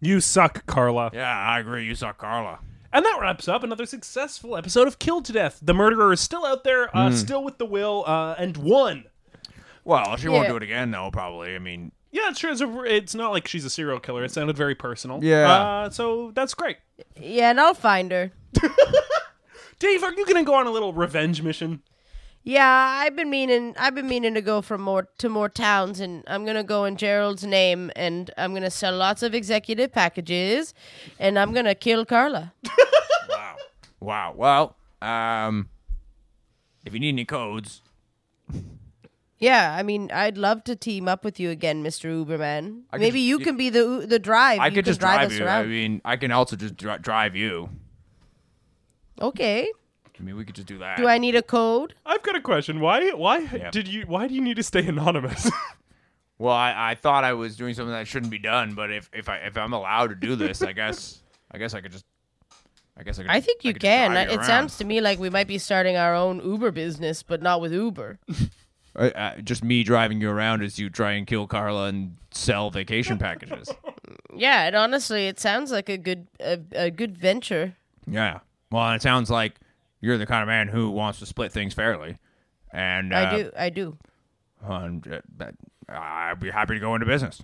Speaker 1: You suck, Carla.
Speaker 4: Yeah, I agree. You saw Carla.
Speaker 1: And that wraps up another successful episode of Killed to Death. The murderer is still out there, uh, still with the will, uh, and won.
Speaker 4: Well, she won't
Speaker 3: Yeah.
Speaker 4: do it again, though, probably. I mean,
Speaker 1: Yeah, it's true. It's, a, it's not like she's a serial killer. It sounded very personal.
Speaker 2: Yeah.
Speaker 1: Uh, so that's great.
Speaker 3: Yeah, and I'll find her.
Speaker 1: Dave, are you going to go on a little revenge mission?
Speaker 3: Yeah, I've been meaning I've been meaning to go from more to more towns and I'm gonna go in Gerald's name and I'm gonna sell lots of executive packages and I'm gonna kill Carla.
Speaker 4: wow. Wow. Well, um, if you need any codes,
Speaker 3: Yeah, I mean, I'd love to team up with you again, Mr. Uberman.
Speaker 4: could
Speaker 3: Maybe
Speaker 4: just-
Speaker 3: you can be the the drive.
Speaker 4: I
Speaker 3: You
Speaker 4: could
Speaker 3: can
Speaker 4: just drive,
Speaker 3: us
Speaker 4: you. I
Speaker 3: around.
Speaker 4: mean, I can also just dri- drive you.
Speaker 3: okay.
Speaker 4: I mean, we could just do that.
Speaker 3: Do I need a code?
Speaker 1: I've got a question. Why? Why did you? Why do you need to stay anonymous?
Speaker 4: well, I, I thought I was doing something that shouldn't be done, but if, if I if I'm allowed to do this, I guess I guess I could just. I guess I. Could,
Speaker 3: I think you
Speaker 4: could just
Speaker 3: can.
Speaker 4: drive you
Speaker 3: It
Speaker 4: around.
Speaker 3: sounds to me like we might be starting our own Uber business, but not with
Speaker 4: [laughs]
Speaker 3: Uber.
Speaker 4: Uh, uh, just me driving you around as you try and kill Carla and sell vacation
Speaker 3: [laughs]
Speaker 4: packages.
Speaker 3: yeah, and honestly, it sounds like a good a, a good venture.
Speaker 4: yeah. Well, and it sounds like you're the kind of man who wants to split things fairly. And uh,
Speaker 3: I do. I do.
Speaker 4: Um, uh, but I'd be happy to go into business.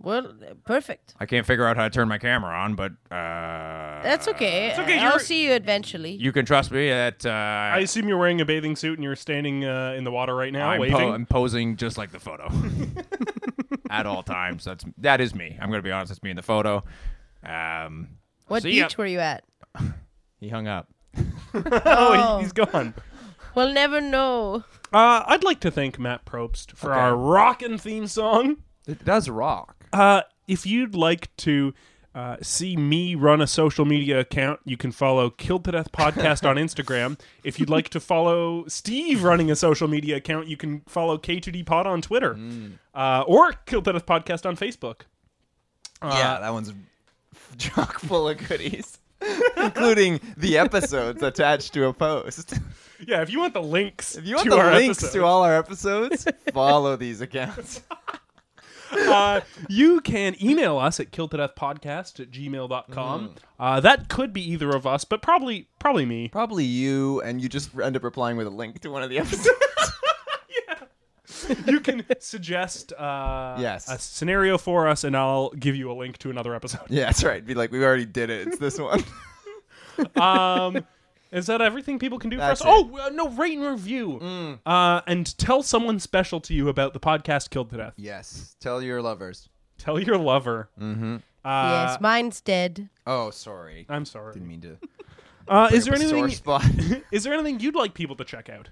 Speaker 3: Well, perfect.
Speaker 4: I can't figure out how to turn my camera on, but uh,
Speaker 3: That's okay.
Speaker 1: okay,
Speaker 3: I'll
Speaker 1: you're-
Speaker 3: see you eventually.
Speaker 4: you can trust me that uh,
Speaker 1: I
Speaker 4: I,
Speaker 1: assume you're wearing a bathing suit and you're standing uh, in the water right now,
Speaker 4: am
Speaker 1: waving.
Speaker 4: posing just like the photo at all times. That's that is me. I'm gonna be honest. That's me in the photo. Um,
Speaker 3: what
Speaker 4: see ya.
Speaker 3: beach were you at?
Speaker 4: he hung up.
Speaker 1: [laughs] oh,
Speaker 3: Oh.
Speaker 1: he, has gone.
Speaker 3: We'll never know.
Speaker 1: Uh, I'd like to thank Matt Probst for our rockin' theme song.
Speaker 2: It does rock.
Speaker 1: Uh, if you'd Uh, like to Uh, see me run a social media account. You can follow Killed to Death Podcast on Instagram. If you'd like to follow Steve running a social media account, you can follow K2D Pod on Twitter
Speaker 2: Mm.
Speaker 1: uh, or Killed to Death Podcast on Facebook.
Speaker 2: yeah, that one's chock full of goodies, [laughs] including the episodes attached to a post.
Speaker 1: Yeah, if you want the links,
Speaker 2: If [laughs] you want
Speaker 1: to
Speaker 2: the
Speaker 1: our
Speaker 2: links
Speaker 1: episodes,
Speaker 2: to all our episodes, follow these accounts.
Speaker 1: uh, you can email us at killtodeathpodcast at
Speaker 2: Mm.
Speaker 1: gmail.com. Uh, that could be either of us, but probably probably me.
Speaker 2: [laughs] Probably you, and you just end up replying with a link to one [laughs] of the episodes.
Speaker 1: You can suggest uh,
Speaker 2: Yes.
Speaker 1: a scenario for us, and I'll give you a link to another episode.
Speaker 2: yeah, that's right. Be like, we already did it. It's this one.
Speaker 1: Um, is that everything people can do
Speaker 2: That's Mm.
Speaker 1: for us? Oh, uh, no, rate and review. Uh, and tell someone special to you about the podcast Killed to Death.
Speaker 2: [laughs] yes. Tell your lovers.
Speaker 1: Tell your lover.
Speaker 2: Mm.
Speaker 1: Mm-hmm. Uh,
Speaker 3: yes, mine's dead.
Speaker 2: Oh, sorry.
Speaker 1: I'm sorry.
Speaker 2: Didn't mean to.
Speaker 1: Uh, is there
Speaker 2: bring up a sore
Speaker 1: anything?
Speaker 2: spot? [laughs]
Speaker 1: Is there anything you'd like people to check out?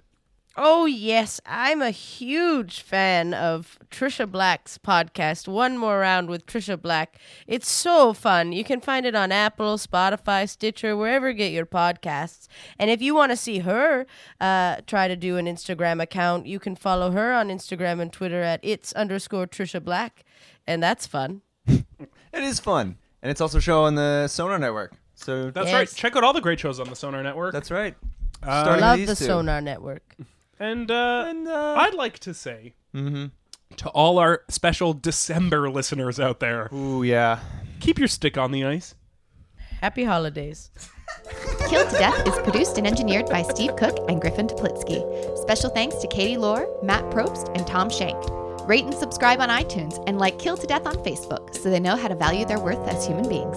Speaker 3: Oh yes, I'm a huge fan of Trisha Black's podcast. One more round with Trisha Black. It's so fun. You can find it on Apple, Spotify, Stitcher, wherever you get your podcasts. And if you want to see her uh, try to do an Instagram account, you can follow her on Instagram and Twitter at it's underscore Trisha Black, and that's fun.
Speaker 2: It is fun, and it's also show on the Sonar Network. So
Speaker 1: That's Uh,
Speaker 3: Yes.
Speaker 1: right. Check out all the great shows on the Sonar Network.
Speaker 2: that's right. Starting
Speaker 3: Love
Speaker 2: these
Speaker 3: the
Speaker 2: two.
Speaker 3: Sonar Network.
Speaker 1: And, uh, I'd like to say
Speaker 2: Mm-hmm.
Speaker 1: to all our special December listeners out there,
Speaker 2: Ooh, yeah.
Speaker 1: keep your stick on the ice.
Speaker 3: Happy holidays.
Speaker 5: Killed to Death is produced and engineered by Steve Cook and Griffin Toplitsky. Special thanks to Katie Lohr, Matt Probst, and Tom Shank. Rate and subscribe on iTunes and like Killed to Death on Facebook so they know how to value their worth as human beings.